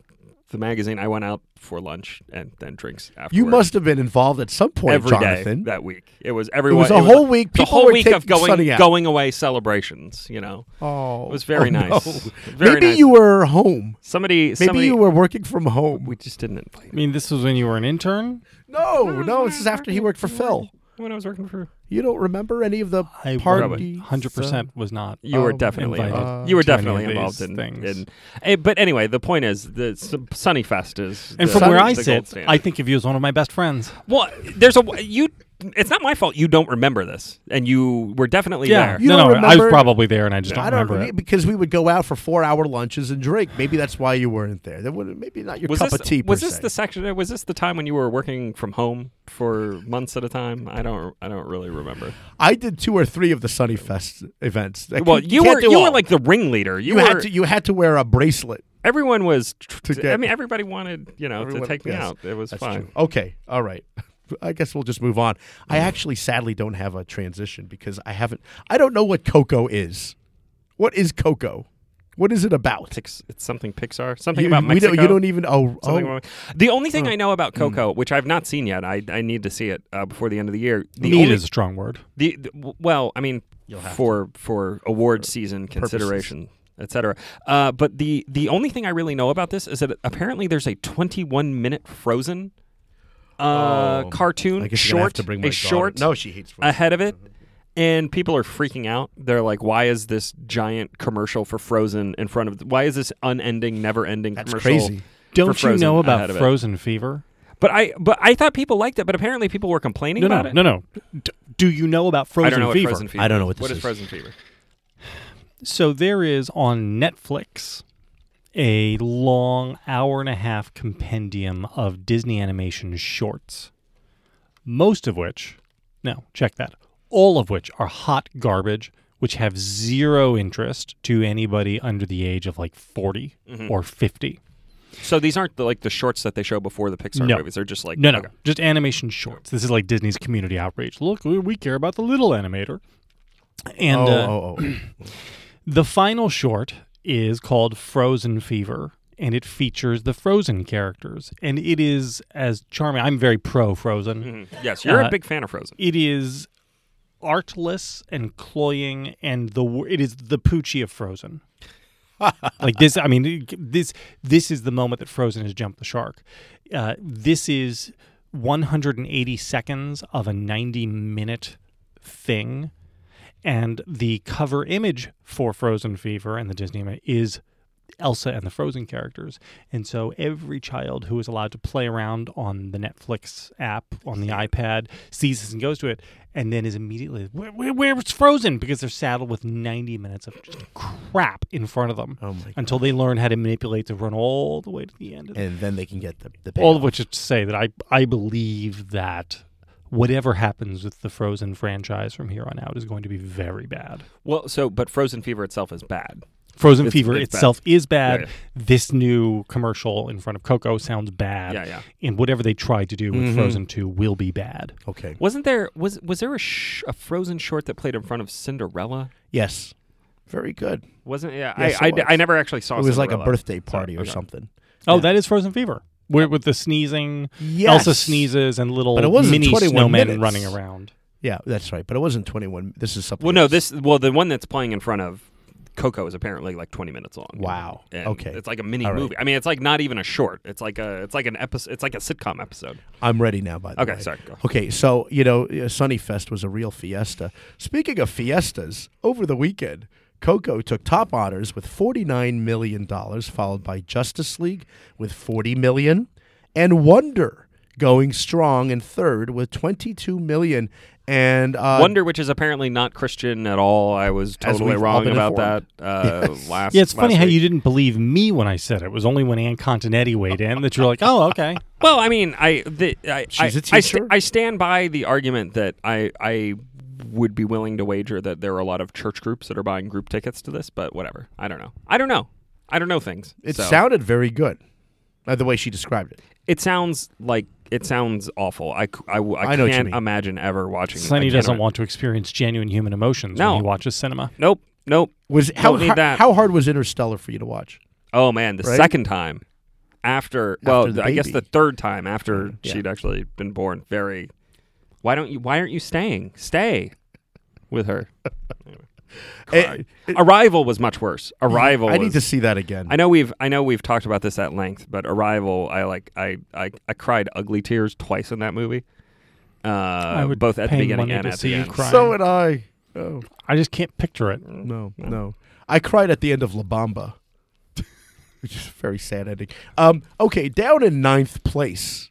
Speaker 4: the magazine. I went out for lunch and then drinks after.
Speaker 3: you must have been involved at some point,
Speaker 4: every day
Speaker 3: Jonathan.
Speaker 4: that week. It was everyone.
Speaker 3: a whole week,
Speaker 4: The
Speaker 3: people
Speaker 4: whole
Speaker 3: were
Speaker 4: week
Speaker 3: taking
Speaker 4: of going
Speaker 3: Sunny out.
Speaker 4: going away celebrations. You know,
Speaker 3: oh,
Speaker 4: it was very
Speaker 3: oh, no.
Speaker 4: nice. Very
Speaker 3: Maybe
Speaker 4: nice.
Speaker 3: you were home.
Speaker 4: somebody.
Speaker 3: Maybe
Speaker 4: somebody,
Speaker 3: you were working from home.
Speaker 4: We just didn't invite.
Speaker 5: I mean, this was when you were an intern.
Speaker 3: No, no, this is after he worked for Phil.
Speaker 4: when I was working for?
Speaker 3: You don't remember any of the uh,
Speaker 5: I
Speaker 3: party?
Speaker 5: hundred percent was not.
Speaker 4: You were
Speaker 3: Um,
Speaker 4: definitely
Speaker 5: invited
Speaker 4: involved. You were
Speaker 5: to any
Speaker 4: definitely
Speaker 5: of these
Speaker 4: involved in
Speaker 5: things.
Speaker 4: in- eh, but anyway, the point is the S- Sunnyfest is
Speaker 5: And
Speaker 4: the-
Speaker 5: from where
Speaker 4: the
Speaker 5: I
Speaker 4: gold
Speaker 5: sit,
Speaker 4: standard.
Speaker 5: I think of you as one of my best friends.
Speaker 4: well, there's a you. It's not my fault you don't remember this, and you were definitely there.
Speaker 3: You
Speaker 5: no, no,
Speaker 3: don't
Speaker 5: I was
Speaker 3: remember-
Speaker 5: probably there, and I just don't
Speaker 3: I don't
Speaker 5: remember it.
Speaker 3: because we would go out for four hour lunches and drink. Maybe that's why you weren't there. That would maybe not your
Speaker 4: was
Speaker 3: cup
Speaker 4: this,
Speaker 3: of tea.
Speaker 4: was
Speaker 3: per
Speaker 4: this
Speaker 3: se.
Speaker 4: the section? Was this the time when you were working from home for months at a time? I don't. I don't really remember.
Speaker 3: I did two or three of the Sunny Fest events. I
Speaker 4: Well,
Speaker 3: can't-
Speaker 4: you
Speaker 3: can't
Speaker 4: were
Speaker 3: do
Speaker 4: you
Speaker 3: all.
Speaker 4: were like the ringleader. You,
Speaker 3: you,
Speaker 4: were.
Speaker 3: had to you had to wear a bracelet.
Speaker 4: everyone was. tr-
Speaker 3: To get-
Speaker 4: I mean, everybody wanted you know
Speaker 3: Everyone-
Speaker 4: to take me
Speaker 3: yes,
Speaker 4: out. It was
Speaker 3: That's
Speaker 4: fine. Mm.
Speaker 3: true. Okay, all right. I guess we'll just move on. I actually sadly don't have a transition because I haven't. I don't know what Coco is. What is Coco? What is it about?
Speaker 4: Pix, it's something Pixar. Something
Speaker 3: You,
Speaker 4: about
Speaker 3: we
Speaker 4: Mexico.
Speaker 3: don't, you don't even. Oh, oh
Speaker 4: Something about- The only thing I know about Coco, which I've not seen yet, I, I need to see it uh, before the end of the year. The
Speaker 5: Need
Speaker 4: only-
Speaker 5: is a strong word.
Speaker 4: the, the- w- well, I mean, for for award season consideration, etc. Uh, but the the only thing I really know about this is that apparently there's a 21 minute Frozen uh, cartoon
Speaker 3: Oh. I guess you're
Speaker 4: short,
Speaker 3: gonna have to bring my
Speaker 4: a
Speaker 3: daughter.
Speaker 4: short
Speaker 3: No, she hates. Frozen.
Speaker 4: ahead of it. And people are freaking out. They're like, "Why is this giant commercial for Frozen in front of? Why is this unending, never-ending
Speaker 3: That's
Speaker 4: commercial?"
Speaker 3: crazy.
Speaker 4: for
Speaker 5: Don't you
Speaker 4: Frozen
Speaker 5: know
Speaker 4: ahead
Speaker 5: about
Speaker 4: of it?
Speaker 5: Frozen Fever?
Speaker 4: But I but I thought people liked it, but apparently people were complaining
Speaker 5: No, no,
Speaker 4: about
Speaker 5: no,
Speaker 4: it.
Speaker 5: no, D- do you know about Frozen
Speaker 4: I don't know what
Speaker 5: Fever?
Speaker 4: Frozen Fever.
Speaker 3: I don't know what
Speaker 4: What is
Speaker 3: this is.
Speaker 4: Frozen Fever?
Speaker 5: So there is on Netflix a long hour and a half compendium of Disney animation shorts, most of which, no, check that, all of which are hot garbage, which have zero interest to anybody under the age of like 40
Speaker 4: Mm-hmm.
Speaker 5: or 50.
Speaker 4: So these aren't the, like the shorts that they show before the Pixar
Speaker 5: No.
Speaker 4: movies. They're just like
Speaker 5: No, no,
Speaker 4: okay.
Speaker 5: just animation shorts. This is like Disney's community outreach. Look, we, we care about the little animator. And
Speaker 3: oh,
Speaker 5: uh,
Speaker 3: oh, oh.
Speaker 5: The final short is called Frozen Fever, and it features the Frozen characters. And it is as charming. I'm very pro Frozen.
Speaker 4: Yes, you're a
Speaker 3: Uh-huh.
Speaker 5: Uh,
Speaker 4: big fan of Frozen.
Speaker 5: It is artless and cloying, and the wor- it is the Poochie of Frozen. like this, I mean, it- this this is the moment that Frozen has jumped the shark. Uh, this is 180 seconds of a 90 minute thing, and the cover image for Frozen Fever and the Disney ima- is Elsa and the Frozen characters. And so every child who is allowed to play around on the Netflix app on the iPad sees this and goes to it and then is immediately, where, where, where's Frozen? Because they're saddled with 90 minutes of just crap in front of them
Speaker 3: my
Speaker 5: until they learn how to manipulate to run all the way to the end. of the
Speaker 3: And then they can get the the.
Speaker 5: all
Speaker 3: payoff.
Speaker 5: of which is to say that I, I believe that whatever happens with the Frozen franchise from here on out is going to be very bad.
Speaker 4: Well, so but Frozen Fever itself is bad.
Speaker 5: Frozen
Speaker 4: It's-
Speaker 5: Fever
Speaker 4: it's bad.
Speaker 5: itself is bad.
Speaker 4: Yeah,
Speaker 5: This new commercial in front of Coco sounds bad.
Speaker 4: Yeah, yeah. Mm-hmm. Oh,
Speaker 5: And whatever they tried to do with Frozen 2 will be bad.
Speaker 3: Okay.
Speaker 4: Wasn't there was was there a, sh- a Frozen short that played in front of Cinderella?
Speaker 3: Yes. Very good.
Speaker 4: Wasn't yeah?
Speaker 3: Yes,
Speaker 4: I, I,
Speaker 3: it
Speaker 4: d-
Speaker 3: was.
Speaker 4: I never actually saw.
Speaker 3: It was like a
Speaker 4: Cinderella.
Speaker 3: birthday party or
Speaker 4: okay.
Speaker 3: something.
Speaker 5: Oh, that is Frozen Fever. Where, with the sneezing,
Speaker 3: Yes.
Speaker 5: Elsa sneezes and little
Speaker 3: But it wasn't
Speaker 5: mini
Speaker 3: 21
Speaker 5: snowmen
Speaker 3: minutes.
Speaker 5: running around.
Speaker 3: Yeah, that's right. But it wasn't 21. This is something.
Speaker 4: Well, no,
Speaker 3: else.
Speaker 4: this well the one that's playing in front of Coco is apparently like 20 minutes long.
Speaker 3: Wow.
Speaker 4: And
Speaker 3: Okay.
Speaker 4: It's like a mini
Speaker 3: All right.
Speaker 4: movie. I mean, it's like not even a short. It's like a it's like an episode. It's like a sitcom episode.
Speaker 3: I'm ready now, by the way.
Speaker 4: Okay, sorry, go.
Speaker 3: Okay, so, you know, uh, Sunnyfest was a real fiesta. Speaking of fiestas, over the weekend, Coco took top honors with $49 million, followed by Justice League with $40 million, and Wonder going strong in third with $22 million. And uh,
Speaker 4: Wonder, which is apparently not Christian at all. I was
Speaker 3: As
Speaker 4: totally
Speaker 3: we've all
Speaker 4: wrong
Speaker 3: been
Speaker 4: about
Speaker 3: informed.
Speaker 4: that. Uh, Last
Speaker 5: Yeah, it's
Speaker 4: last
Speaker 5: funny how
Speaker 4: week.
Speaker 5: you didn't believe me when I said it. It was only when Ann Continetti weighed in that you're like, oh, okay.
Speaker 4: Well, I mean, I the, I
Speaker 3: She's
Speaker 4: I,
Speaker 3: a
Speaker 4: I,
Speaker 3: teacher.
Speaker 4: I stand by the argument that I I would be willing to wager that there are a lot of church groups that are buying group tickets to this, but whatever. I don't know. I don't know. I don't know things.
Speaker 3: it
Speaker 4: so.
Speaker 3: sounded very good, uh, the way she described it.
Speaker 4: It sounds like it sounds awful. I, c- I w- I
Speaker 3: I know what you
Speaker 4: can't
Speaker 3: mean.
Speaker 4: imagine ever watching. I
Speaker 5: Sunny
Speaker 4: can't
Speaker 5: doesn't
Speaker 4: ima-
Speaker 5: want to experience genuine human emotions
Speaker 4: No.
Speaker 5: when he watches cinema.
Speaker 4: Nope. Nope.
Speaker 3: Was how,
Speaker 4: Don't need
Speaker 3: har-
Speaker 4: that.
Speaker 3: how hard was Interstellar for you to watch?
Speaker 4: Oh man, the
Speaker 3: Right?
Speaker 4: second time after, well,
Speaker 3: After the
Speaker 4: I guess
Speaker 3: baby.
Speaker 4: the third time after
Speaker 3: Yeah.
Speaker 4: she'd actually been born. Very. Why don't you? Why aren't you staying? Stay with her.
Speaker 3: It- it-
Speaker 4: Arrival was much worse. Arrival.
Speaker 3: I need
Speaker 4: was-
Speaker 3: to see that again.
Speaker 4: I know we've I know we've talked about this at length, but Arrival, I like I I, I cried ugly tears twice in that movie. uh,
Speaker 5: would
Speaker 4: both at the
Speaker 5: pay
Speaker 4: beginning
Speaker 5: money
Speaker 4: and
Speaker 5: to
Speaker 4: at
Speaker 5: see
Speaker 4: the
Speaker 5: you
Speaker 4: end.
Speaker 5: cry.
Speaker 3: So would I. Oh,
Speaker 5: I just can't picture it.
Speaker 3: no, no. I cried at the end of La Bamba, which is a very sad ending. Um, okay, down in ninth place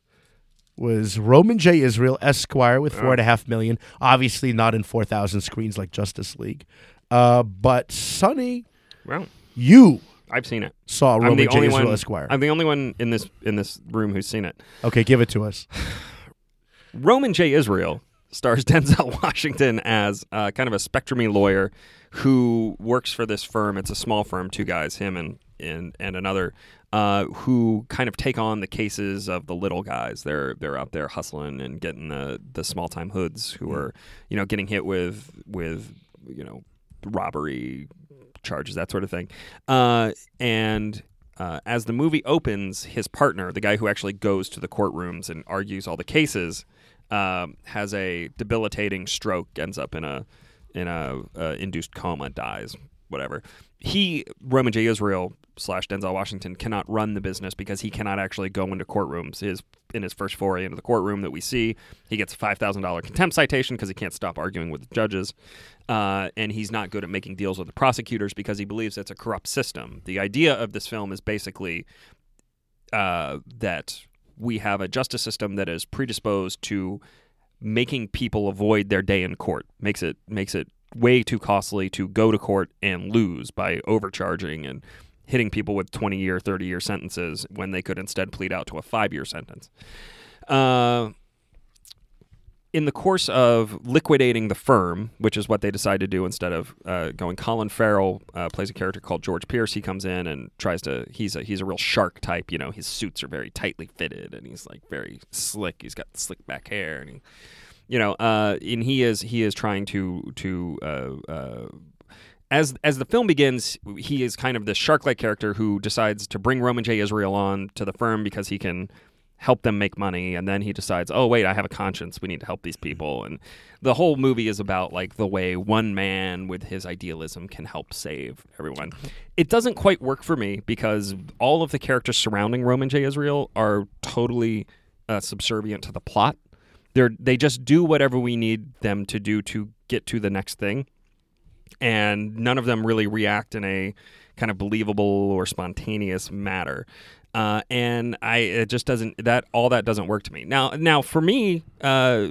Speaker 3: was Roman J. Israel Esquire with four and a half million. Obviously, not in 4,000 screens like Justice League. Uh, but Sonny,
Speaker 4: Well,
Speaker 3: you
Speaker 4: I've seen it.
Speaker 3: saw
Speaker 4: I'm the
Speaker 3: Roman J.
Speaker 4: only
Speaker 3: Israel
Speaker 4: one.
Speaker 3: Esquire.
Speaker 4: I'm the only one in this in this room who's seen it.
Speaker 3: okay, give it to us.
Speaker 4: Roman J. Israel stars Denzel Washington as uh, kind of a spectrumy lawyer who works for this firm. It's a small firm, two guys, him and and, and another, uh, who kind of take on the cases of the little guys. They're they're out there hustling and getting the the small time hoods who are you know getting hit with with you know robbery charges, that sort of thing. Uh, and uh, as the movie opens, his partner, the guy who actually goes to the courtrooms and argues all the cases, um, has a debilitating stroke, ends up in a in a uh, induced coma, dies, whatever. He Roman J. Israel slash Denzel Washington cannot run the business because he cannot actually go into courtrooms. His in his first foray into the courtroom that we see, he gets a five thousand dollar contempt citation because he can't stop arguing with the judges, uh, and he's not good at making deals with the prosecutors because he believes it's a corrupt system. The idea of this film is basically uh, that we have a justice system that is predisposed to making people avoid their day in court makes it makes it way too costly to go to court and lose by overcharging and hitting people with 20 year 30 year sentences when they could instead plead out to a 5 year sentence uh, in the course of liquidating the firm, which is what they decide to do instead of uh, going, Colin Farrell uh, plays a character called George Pierce. He comes in and tries to. He's a he's a real shark type. You know, his suits are very tightly fitted, and he's like very slick. He's got slick back hair, and he, you know, uh, and he is he is trying to to. Uh, uh, as, as the film begins, he is kind of this shark-like character who decides to bring Roman J. Israel on to the firm because he can help them make money and then he decides oh wait i have a conscience we need to help these people and the whole movie is about like the way one man with his idealism can help save everyone it doesn't quite work for me because all of the characters surrounding roman j israel are totally uh, subservient to the plot they're they just do whatever we need them to do to get to the next thing and none of them really react in a kind of believable or spontaneous manner. Uh, and I it just doesn't that all that doesn't work to me. Now now for me, uh,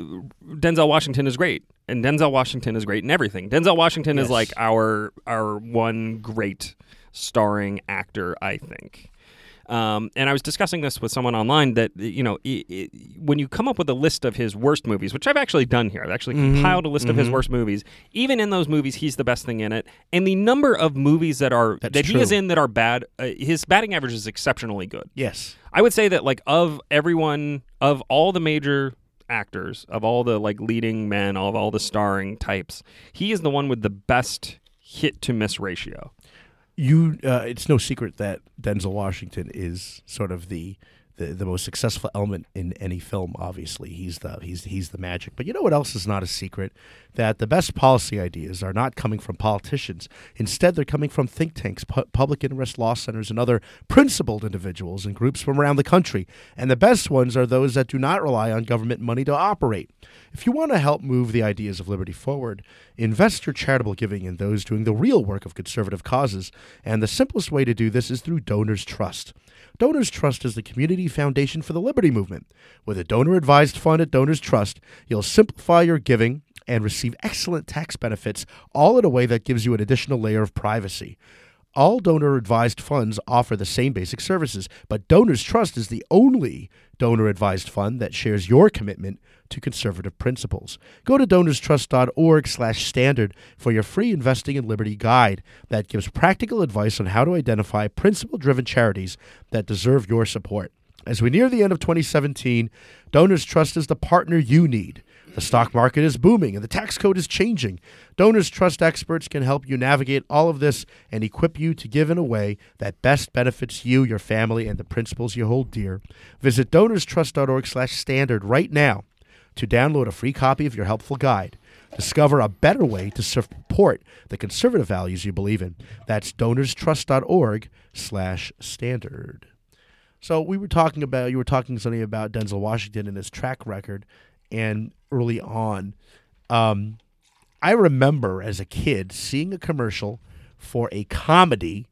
Speaker 4: Denzel Washington is great, and Denzel Washington is great in everything. Denzel Washington is like our our one great starring actor, I think. Um, and I was discussing this with someone online that you know i i when you come up with a list of his worst movies, which I've actually done here, I've actually compiled a list of his worst movies. Even in those movies, he's the best thing in it. And the number of movies that are that he
Speaker 3: true.
Speaker 4: is in that are bad, uh, his batting average is exceptionally good.
Speaker 3: Yes.
Speaker 4: I would say that like of everyone of all the major actors, of all the like leading men, of all the starring types, he is the one with the best hit to miss ratio.
Speaker 3: you uh, it's no secret that Denzel Washington is sort of the, the the most successful element in any film obviously he's the he's he's the magic but you know what else is not a secret that the best policy ideas are not coming from politicians instead they're coming from think tanks pu- public interest law centers and other principled individuals and groups from around the country and the best ones are those that do not rely on government money to operate if you want to help move the ideas of liberty forward invest your charitable giving in those doing the real work of conservative causes and the simplest way to do this is through Donors Trust. Donors Trust is the community foundation for the liberty movement. With a donor advised fund at Donors Trust, you'll simplify your giving and receive excellent tax benefits, all in a way that gives you an additional layer of privacy. All donor advised funds offer the same basic services, but Donors Trust is the only donor advised fund that shares your commitment to conservative principles. Go to donorstrust.org/standard for your free investing in liberty guide that gives practical advice on how to identify principle-driven charities that deserve your support. As we near the end of 2017, Donors Trust is the partner you need. The stock market is booming and the tax code is changing. Donors Trust experts can help you navigate all of this and equip you to give in a way that best benefits you, your family, and the principles you hold dear. Visit donorstrust.org/standard right now to download a free copy of your helpful guide. Discover a better way to support the conservative values you believe in. That's donorstrust.org/standard. So we were talking about you were talking something about Denzel Washington and his track record, and early on. Um, I remember as a kid seeing a commercial for a comedy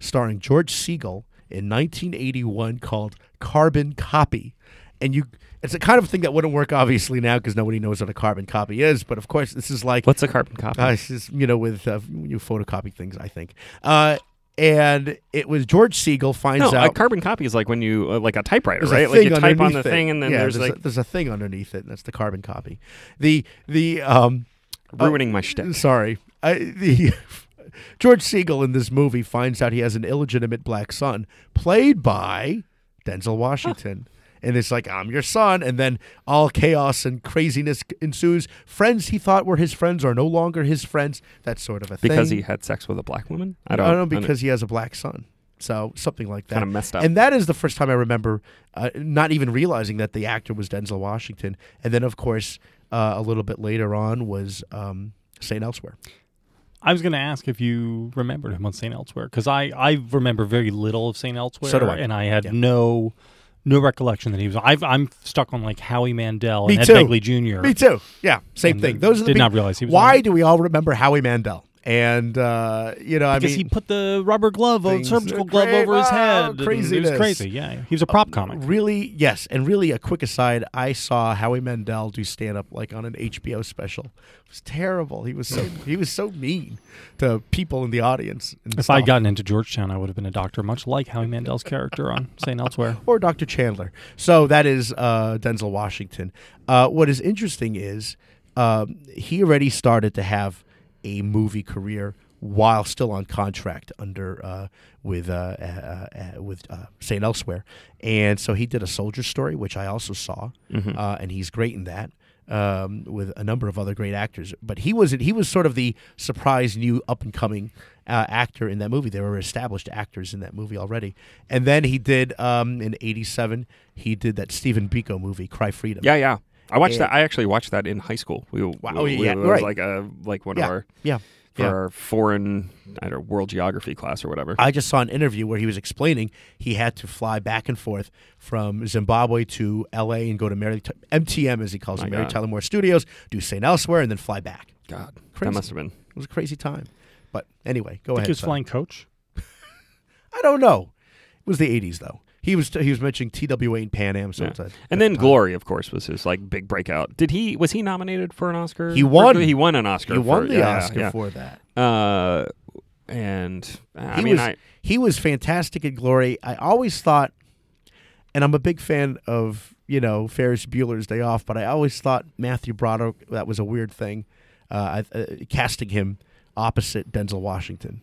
Speaker 3: starring George Siegel in 1981 called Carbon Copy. And you, it's the kind of thing that wouldn't work obviously now because nobody knows what a carbon copy is. But of course, this is like
Speaker 4: What's a carbon copy?
Speaker 3: uh, it's just, you know, with uh, you photocopy things, I think. Uh, and it was George Siegel finds
Speaker 4: no,
Speaker 3: out
Speaker 4: a carbon copy is like when you uh, like a typewriter,
Speaker 3: there's
Speaker 4: right?
Speaker 3: a
Speaker 4: Like you
Speaker 3: thing
Speaker 4: type on the
Speaker 3: underneath it.
Speaker 4: thing, and then
Speaker 3: Yeah,
Speaker 4: there's,
Speaker 3: a,
Speaker 4: like
Speaker 3: there's a thing underneath it, and that's the carbon copy. The the um oh,
Speaker 4: ruining my shtick.
Speaker 3: Sorry, I, the George Siegel in this movie finds out he has an illegitimate black son, played by Denzel Washington. And it's like, I'm your son. And then all chaos and craziness ensues. Friends he thought were his friends are no longer his friends. That sort of a thing.
Speaker 4: Because he had sex with a black woman. I don't.
Speaker 3: I don't know
Speaker 4: I don't-
Speaker 3: because he has a black son. So something like that.
Speaker 4: Kinda messed up.
Speaker 3: And that is the first time I remember uh, not even realizing that the actor was Denzel Washington. And then, of course, uh, a little bit later on was um, St. Elsewhere.
Speaker 5: I was going to ask if you remembered him on St. Elsewhere because I, I remember very little of St. Elsewhere.
Speaker 3: So do I.
Speaker 5: And I had
Speaker 3: Yeah.
Speaker 5: no no recollection that he was. I've, I'm stuck on like Howie Mandel
Speaker 3: Me
Speaker 5: and
Speaker 3: too.
Speaker 5: Ed Begley Jr.
Speaker 3: Me too. Yeah, same
Speaker 5: And
Speaker 3: thing.
Speaker 5: then
Speaker 3: Those are the
Speaker 5: did
Speaker 3: big-
Speaker 5: not realize he was on
Speaker 3: Why
Speaker 5: it.
Speaker 3: do we all remember Howie Mandel? And uh, you know,
Speaker 5: Because
Speaker 3: I mean,
Speaker 5: he put the rubber glove,
Speaker 3: Things-
Speaker 5: surgical glove over his
Speaker 3: Oh,
Speaker 5: head. and It
Speaker 3: craziness.
Speaker 5: was crazy. Yeah. Um, He was a prop comic.
Speaker 3: Really, yes, and really, a quick aside. I saw Howie Mandel do stand up like on an HBO special. It was terrible. He was so he was so mean to people in the audience. and
Speaker 5: If I
Speaker 3: stuff.
Speaker 5: would gotten into Georgetown, I would have been a doctor, much like Howie Mandel's character on St. Elsewhere.
Speaker 3: or Dr. Chandler, so that is uh, Denzel Washington. Uh, what is interesting is um, he already started to have a movie career while still on contract under uh, with uh, uh, uh, with uh, St. Elsewhere, and so he did a Soldier Story, which I also saw, uh, and he's great in that um, with a number of other great actors. But he was he was sort of the surprise new up and coming uh, actor in that movie. There were established actors in that movie already. And then he did um, in '87 he did that Stephen Biko movie, Cry Freedom.
Speaker 4: yeah, yeah. I watched
Speaker 3: Yeah.
Speaker 4: that. I actually watched that in high school. We, wow,
Speaker 3: oh, yeah,
Speaker 4: it
Speaker 3: yeah,
Speaker 4: was
Speaker 3: right.
Speaker 4: like a like one
Speaker 3: yeah,
Speaker 4: of our
Speaker 3: yeah.
Speaker 4: for
Speaker 3: yeah. Ah,
Speaker 4: our foreign I don't know, world geography class or whatever.
Speaker 3: I just saw an interview where he was explaining he had to fly back and forth from Zimbabwe to L.A. and go to Mary MTM as he calls it, Mary
Speaker 4: God.
Speaker 3: Tyler Moore Studios, do St. Elsewhere, and then fly back.
Speaker 4: God,
Speaker 3: Crazy.
Speaker 4: that must have been.
Speaker 3: It was a crazy time. But anyway, go
Speaker 5: Think
Speaker 3: ahead.
Speaker 5: he was
Speaker 3: son.
Speaker 5: flying coach?
Speaker 3: I don't know. It was the '80s though. He was he was mentioning TWA and Pan Am. So
Speaker 4: yeah.
Speaker 3: it's a-
Speaker 4: And then Glory, of course, was his like big breakout. Did he was he nominated for an Oscar?
Speaker 3: He
Speaker 4: Or-
Speaker 3: won.
Speaker 4: He won an Oscar.
Speaker 3: he won
Speaker 4: for-
Speaker 3: the
Speaker 4: yeah, yeah,
Speaker 3: Oscar
Speaker 4: yeah.
Speaker 3: for that.
Speaker 4: Uh, and uh, I
Speaker 3: he
Speaker 4: mean,
Speaker 3: was
Speaker 4: I
Speaker 3: he was fantastic at Glory. I always thought, and I'm a big fan of you know Ferris Bueller's Day Off, but I always thought Matthew Broderick that was a weird thing, uh, I, uh, casting him opposite Denzel Washington.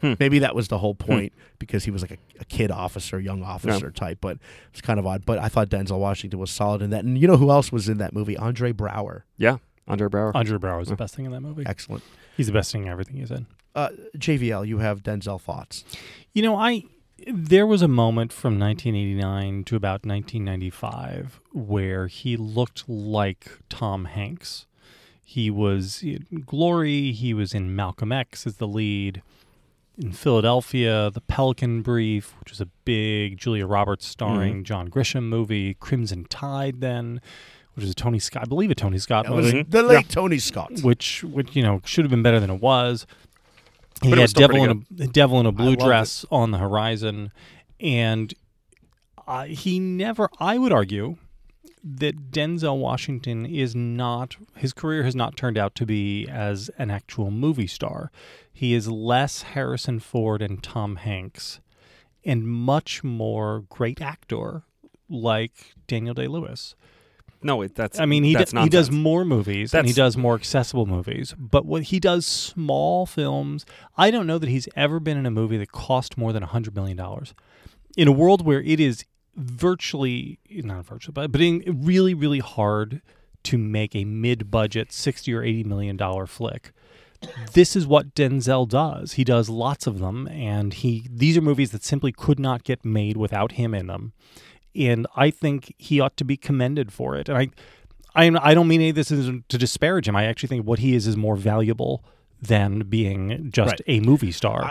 Speaker 4: Hmm.
Speaker 3: Maybe that was the whole point because he was like a, a kid officer, young officer type, but it's kind of odd. But I thought Denzel Washington was solid in that. And you know who else was in that movie? Andre Brower.
Speaker 4: yeah, Andre Brower.
Speaker 5: Andre Brower was the best thing in that movie.
Speaker 3: Excellent.
Speaker 5: He's the best thing in everything he's in.
Speaker 3: Uh, JVL, you have Denzel thoughts.
Speaker 5: You know, I there was a moment from 1989 to about 1995 where he looked like Tom Hanks. He was in Glory. He was in Malcolm X as the lead. In Philadelphia, The Pelican Brief, which was a big Julia Roberts starring
Speaker 3: Mm-hmm.
Speaker 5: John Grisham movie. Crimson Tide, then, which is a Tony Scott, I believe a Tony Scott
Speaker 3: That was
Speaker 5: movie,
Speaker 3: the late Tony Scott.
Speaker 5: which, which you know should have been better than it was.
Speaker 4: But
Speaker 5: he
Speaker 4: it
Speaker 5: had
Speaker 4: was still
Speaker 5: devil
Speaker 4: pretty
Speaker 5: in a devil in a blue
Speaker 3: loved it.
Speaker 5: dress on the horizon, and I he never. I would argue that Denzel Washington is not his career has not turned out to be as an actual movie star. He is less Harrison Ford and Tom Hanks, and much more great actor like Daniel Day Lewis.
Speaker 4: No, it, that's
Speaker 5: I mean, he
Speaker 4: that's
Speaker 5: d- he does
Speaker 4: nonsense.
Speaker 5: more movies and he
Speaker 4: That's-
Speaker 5: does more accessible movies. But what he does small films. I don't know that he's ever been in a movie that cost more than hundred million dollars. In a world where it is virtually not virtually, but but in, really really hard to make a mid-budget sixty or eighty million dollar flick. This is what Denzel does. He does lots of them, and he these are movies that simply could not get made without him in them and I think he ought to be commended for it. And I, I, am- I don't mean any of this is to disparage him. I actually think what he is is more valuable than being just a movie star.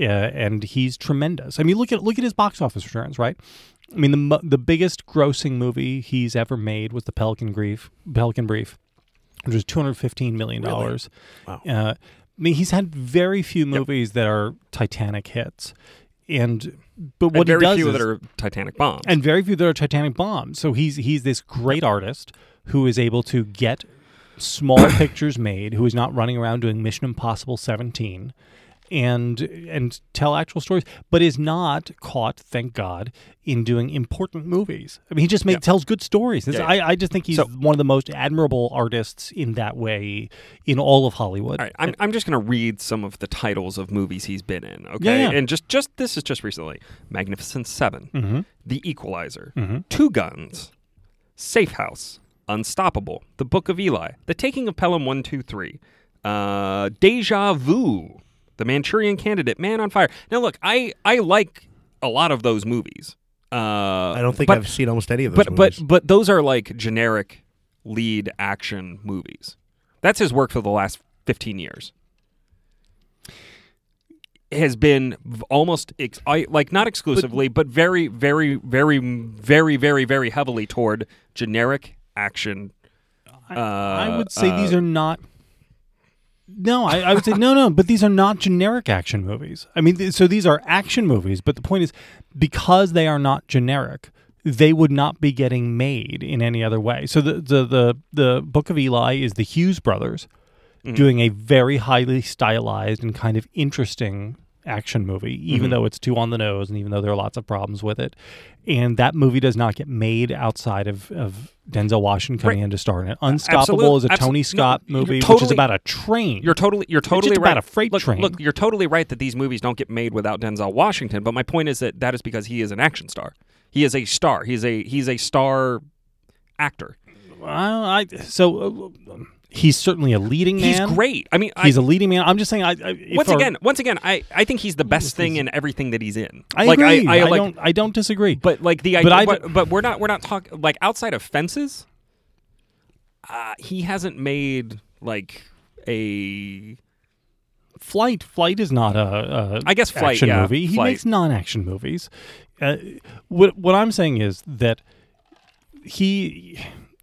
Speaker 5: uh, and he's tremendous. I mean, look at look at his box office returns, right? I mean, the mo- the biggest grossing movie he's ever made was the Pelican Brief. Pelican Brief, which was two hundred fifteen million dollars.
Speaker 3: Wow.
Speaker 5: Uh, I mean, he's had very few movies that are Titanic hits, and but what
Speaker 4: and very
Speaker 5: he does
Speaker 4: few
Speaker 5: is,
Speaker 4: that are Titanic bombs.
Speaker 5: and very few that are Titanic bombs. So he's he's this great artist who is able to get small pictures made, who is not running around doing Mission Impossible 17 and and tell actual stories, but is not caught, thank God, in doing important movies. I mean he just made, tells good stories. This-
Speaker 4: Yeah,
Speaker 5: I, I just think he's
Speaker 4: So-
Speaker 5: one of the most admirable artists in that way in all of Hollywood.
Speaker 4: All right, I'm, I'm just going to read some of the titles of movies he's been in, okay?
Speaker 5: Yeah, yeah.
Speaker 4: And just just this is just recently: Magnificent 7
Speaker 5: Mm-hmm.
Speaker 4: The Equalizer, Two Guns, Safe House, Unstoppable, The Book of Eli, The Taking of Pelham One Two Three, uh, Deja Vu, The Manchurian Candidate, Man on Fire. Now, look, I I like a lot of those movies. Uh,
Speaker 3: I don't think
Speaker 4: but,
Speaker 3: I've seen almost any of those
Speaker 4: but
Speaker 3: movies.
Speaker 4: but but those are like generic lead action movies. That's his work for the last 15 years. Has been v- almost ex- I, like not exclusively, but, very, very, very, very, very, very heavily toward generic action. Uh,
Speaker 5: I would say these are not. No, I, I would say no, no, but these are not generic action movies. I mean, th- so these are action movies, but the point is, because they are not generic, they would not be getting made in any other way. So the the the, the Book of Eli is the Hughes brothers
Speaker 4: Mm.
Speaker 5: doing a very highly stylized and kind of interesting action movie,
Speaker 4: Mm-hmm.
Speaker 5: even though it's too on the nose and even though there are lots of problems with it. And that movie does not get made outside of, of Denzel Washington coming
Speaker 4: Right.
Speaker 5: in to star in it. Unstoppable
Speaker 4: Absolute-
Speaker 5: is a
Speaker 4: absolute-
Speaker 5: Tony
Speaker 4: no,
Speaker 5: Scott
Speaker 4: you're
Speaker 5: movie, which is
Speaker 4: totally-
Speaker 5: about a train.
Speaker 4: You're totally you're totally
Speaker 5: just
Speaker 4: right.
Speaker 5: about a freight
Speaker 4: look,
Speaker 5: train.
Speaker 4: Look, you're totally right that these movies don't get made without Denzel Washington. But my point is that that is because he is an action star. He is a star. He's a he's a star actor.
Speaker 5: I, I, so uh, he's certainly a leading man.
Speaker 4: He's great. I mean, I,
Speaker 5: He's a leading man. I'm just saying. I, I, if
Speaker 4: once
Speaker 5: our-
Speaker 4: again, once again, I, I think he's the best thing in everything that he's in.
Speaker 5: I
Speaker 4: like,
Speaker 5: agree.
Speaker 4: I, I, like,
Speaker 5: don't. I don't disagree.
Speaker 4: but like the
Speaker 5: But
Speaker 4: idea,
Speaker 5: I
Speaker 4: but,
Speaker 5: don't-
Speaker 4: but we're not we're not talking like outside of fences. Uh, he hasn't made like a
Speaker 5: Flight. Flight is not a. a
Speaker 4: I guess Flight,
Speaker 5: action
Speaker 4: yeah,
Speaker 5: movie. He
Speaker 4: Flight.
Speaker 5: makes non-action movies. Uh, what what I'm saying is that he.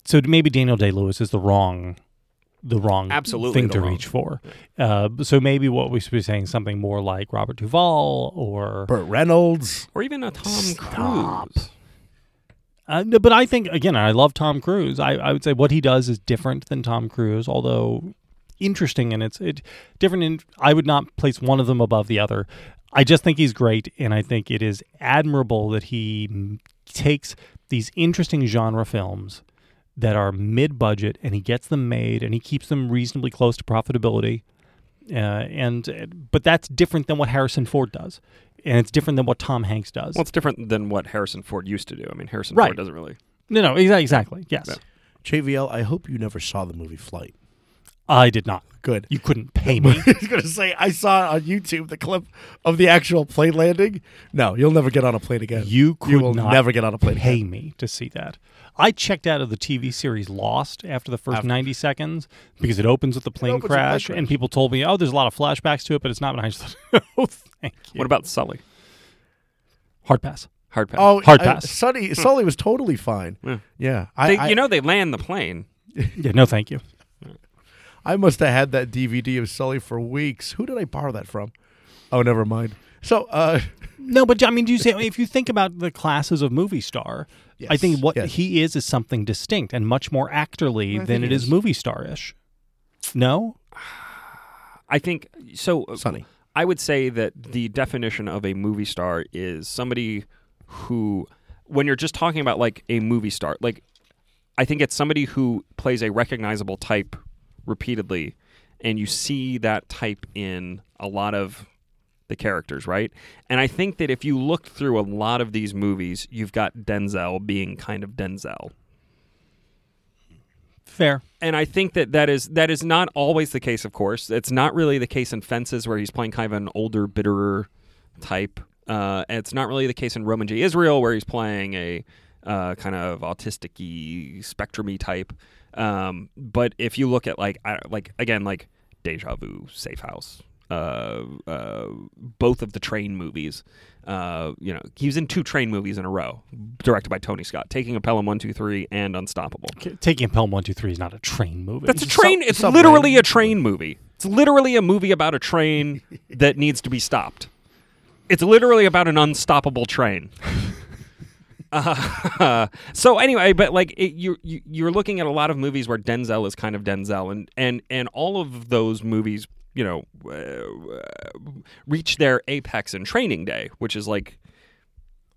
Speaker 5: So maybe Daniel Day Lewis is the wrong, the wrong
Speaker 4: Absolutely
Speaker 5: thing
Speaker 4: the
Speaker 5: to
Speaker 4: wrong.
Speaker 5: reach for. Uh, so maybe what we should be saying something more like Robert Duvall or.
Speaker 3: Burt Reynolds.
Speaker 4: or even a Tom
Speaker 5: Stop.
Speaker 4: Cruise.
Speaker 5: Uh, no, but I think again, I love Tom Cruise. I, I would say what he does is different than Tom Cruise, although interesting and it's it different. In I would not place one of them above the other. I just think he's great, and I think it is admirable that he mm, takes these interesting genre films that are mid-budget and he gets them made and he keeps them reasonably close to profitability uh, and but that's different than what harrison ford does and it's different than what tom hanks does
Speaker 4: Well, it's different than what Harrison Ford used to do. I mean, Harrison
Speaker 5: Right.
Speaker 4: Ford doesn't really.
Speaker 5: no no exa- exactly yes
Speaker 3: JVL, I hope you never saw the movie Flight.
Speaker 5: I did not.
Speaker 3: Good.
Speaker 5: You couldn't pay me.
Speaker 3: I was going to say, I saw on YouTube the clip of the actual plane landing. No, you'll never get on a plane again.
Speaker 5: You could
Speaker 3: will
Speaker 5: not
Speaker 3: never get on a plane again.
Speaker 5: pay me to see that. I checked out of the TV series Lost after the first 90 seconds because it opens with the plane,
Speaker 3: opens with a plane
Speaker 5: crash,
Speaker 3: crash.
Speaker 5: and people told me, oh, there's a lot of flashbacks to it, but it's not. And I just thought, oh, thank you.
Speaker 4: What about Sully?
Speaker 5: Hard pass.
Speaker 4: Hard pass.
Speaker 3: Oh,
Speaker 5: Hard
Speaker 3: I-
Speaker 5: pass.
Speaker 3: Sully, Sully was totally fine. Yeah. I,
Speaker 4: they,
Speaker 3: I,
Speaker 4: you know they land the plane.
Speaker 5: Yeah, no, thank you.
Speaker 3: I must have had that DVD of Sully for weeks. Who did I borrow that from? Oh, never mind. So, uh,
Speaker 5: No, but I mean, do you say if you think about the classes of movie star, I think
Speaker 3: Yes,
Speaker 5: what
Speaker 3: yes.
Speaker 5: he is is something distinct and much more actorly than
Speaker 3: think
Speaker 5: it
Speaker 3: he
Speaker 5: is.
Speaker 3: is.
Speaker 5: movie starish. No,
Speaker 4: I think so. uh,
Speaker 3: Sonny.
Speaker 4: I would say that the definition of a movie star is somebody who, when you're just talking about like a movie star, like I think it's somebody who plays a recognizable type repeatedly, and you see that type in a lot of the characters, right? And I think that if you look through a lot of these movies, you've got Denzel being kind of Denzel
Speaker 5: fair.
Speaker 4: and I think that that is that is not always the case. Of course, it's not really the case in Fences, where he's playing kind of an older, bitterer type. Uh, and it's not really the case in Roman J. Israel, where he's playing a uh, kind of autistic-y, spectrumy type. Um, but if you look at like I, like again like Deja Vu, Safe House, uh, uh, both of the Train movies. Uh, you know, he was in two Train movies in a row, directed by Tony Scott, Taking a Pelham One Two Three and Unstoppable.
Speaker 5: K- Taking Pelham One Two Three is not a train movie.
Speaker 4: That's a train. it's
Speaker 3: subway.
Speaker 4: literally a train movie. It's literally a movie about a train that needs to be stopped. It's literally about an unstoppable train. Uh, so anyway, but like it, you, you you're looking at a lot of movies where Denzel is kind of Denzel, and and and all of those movies, you know, uh, reach their apex in Training Day, which is like.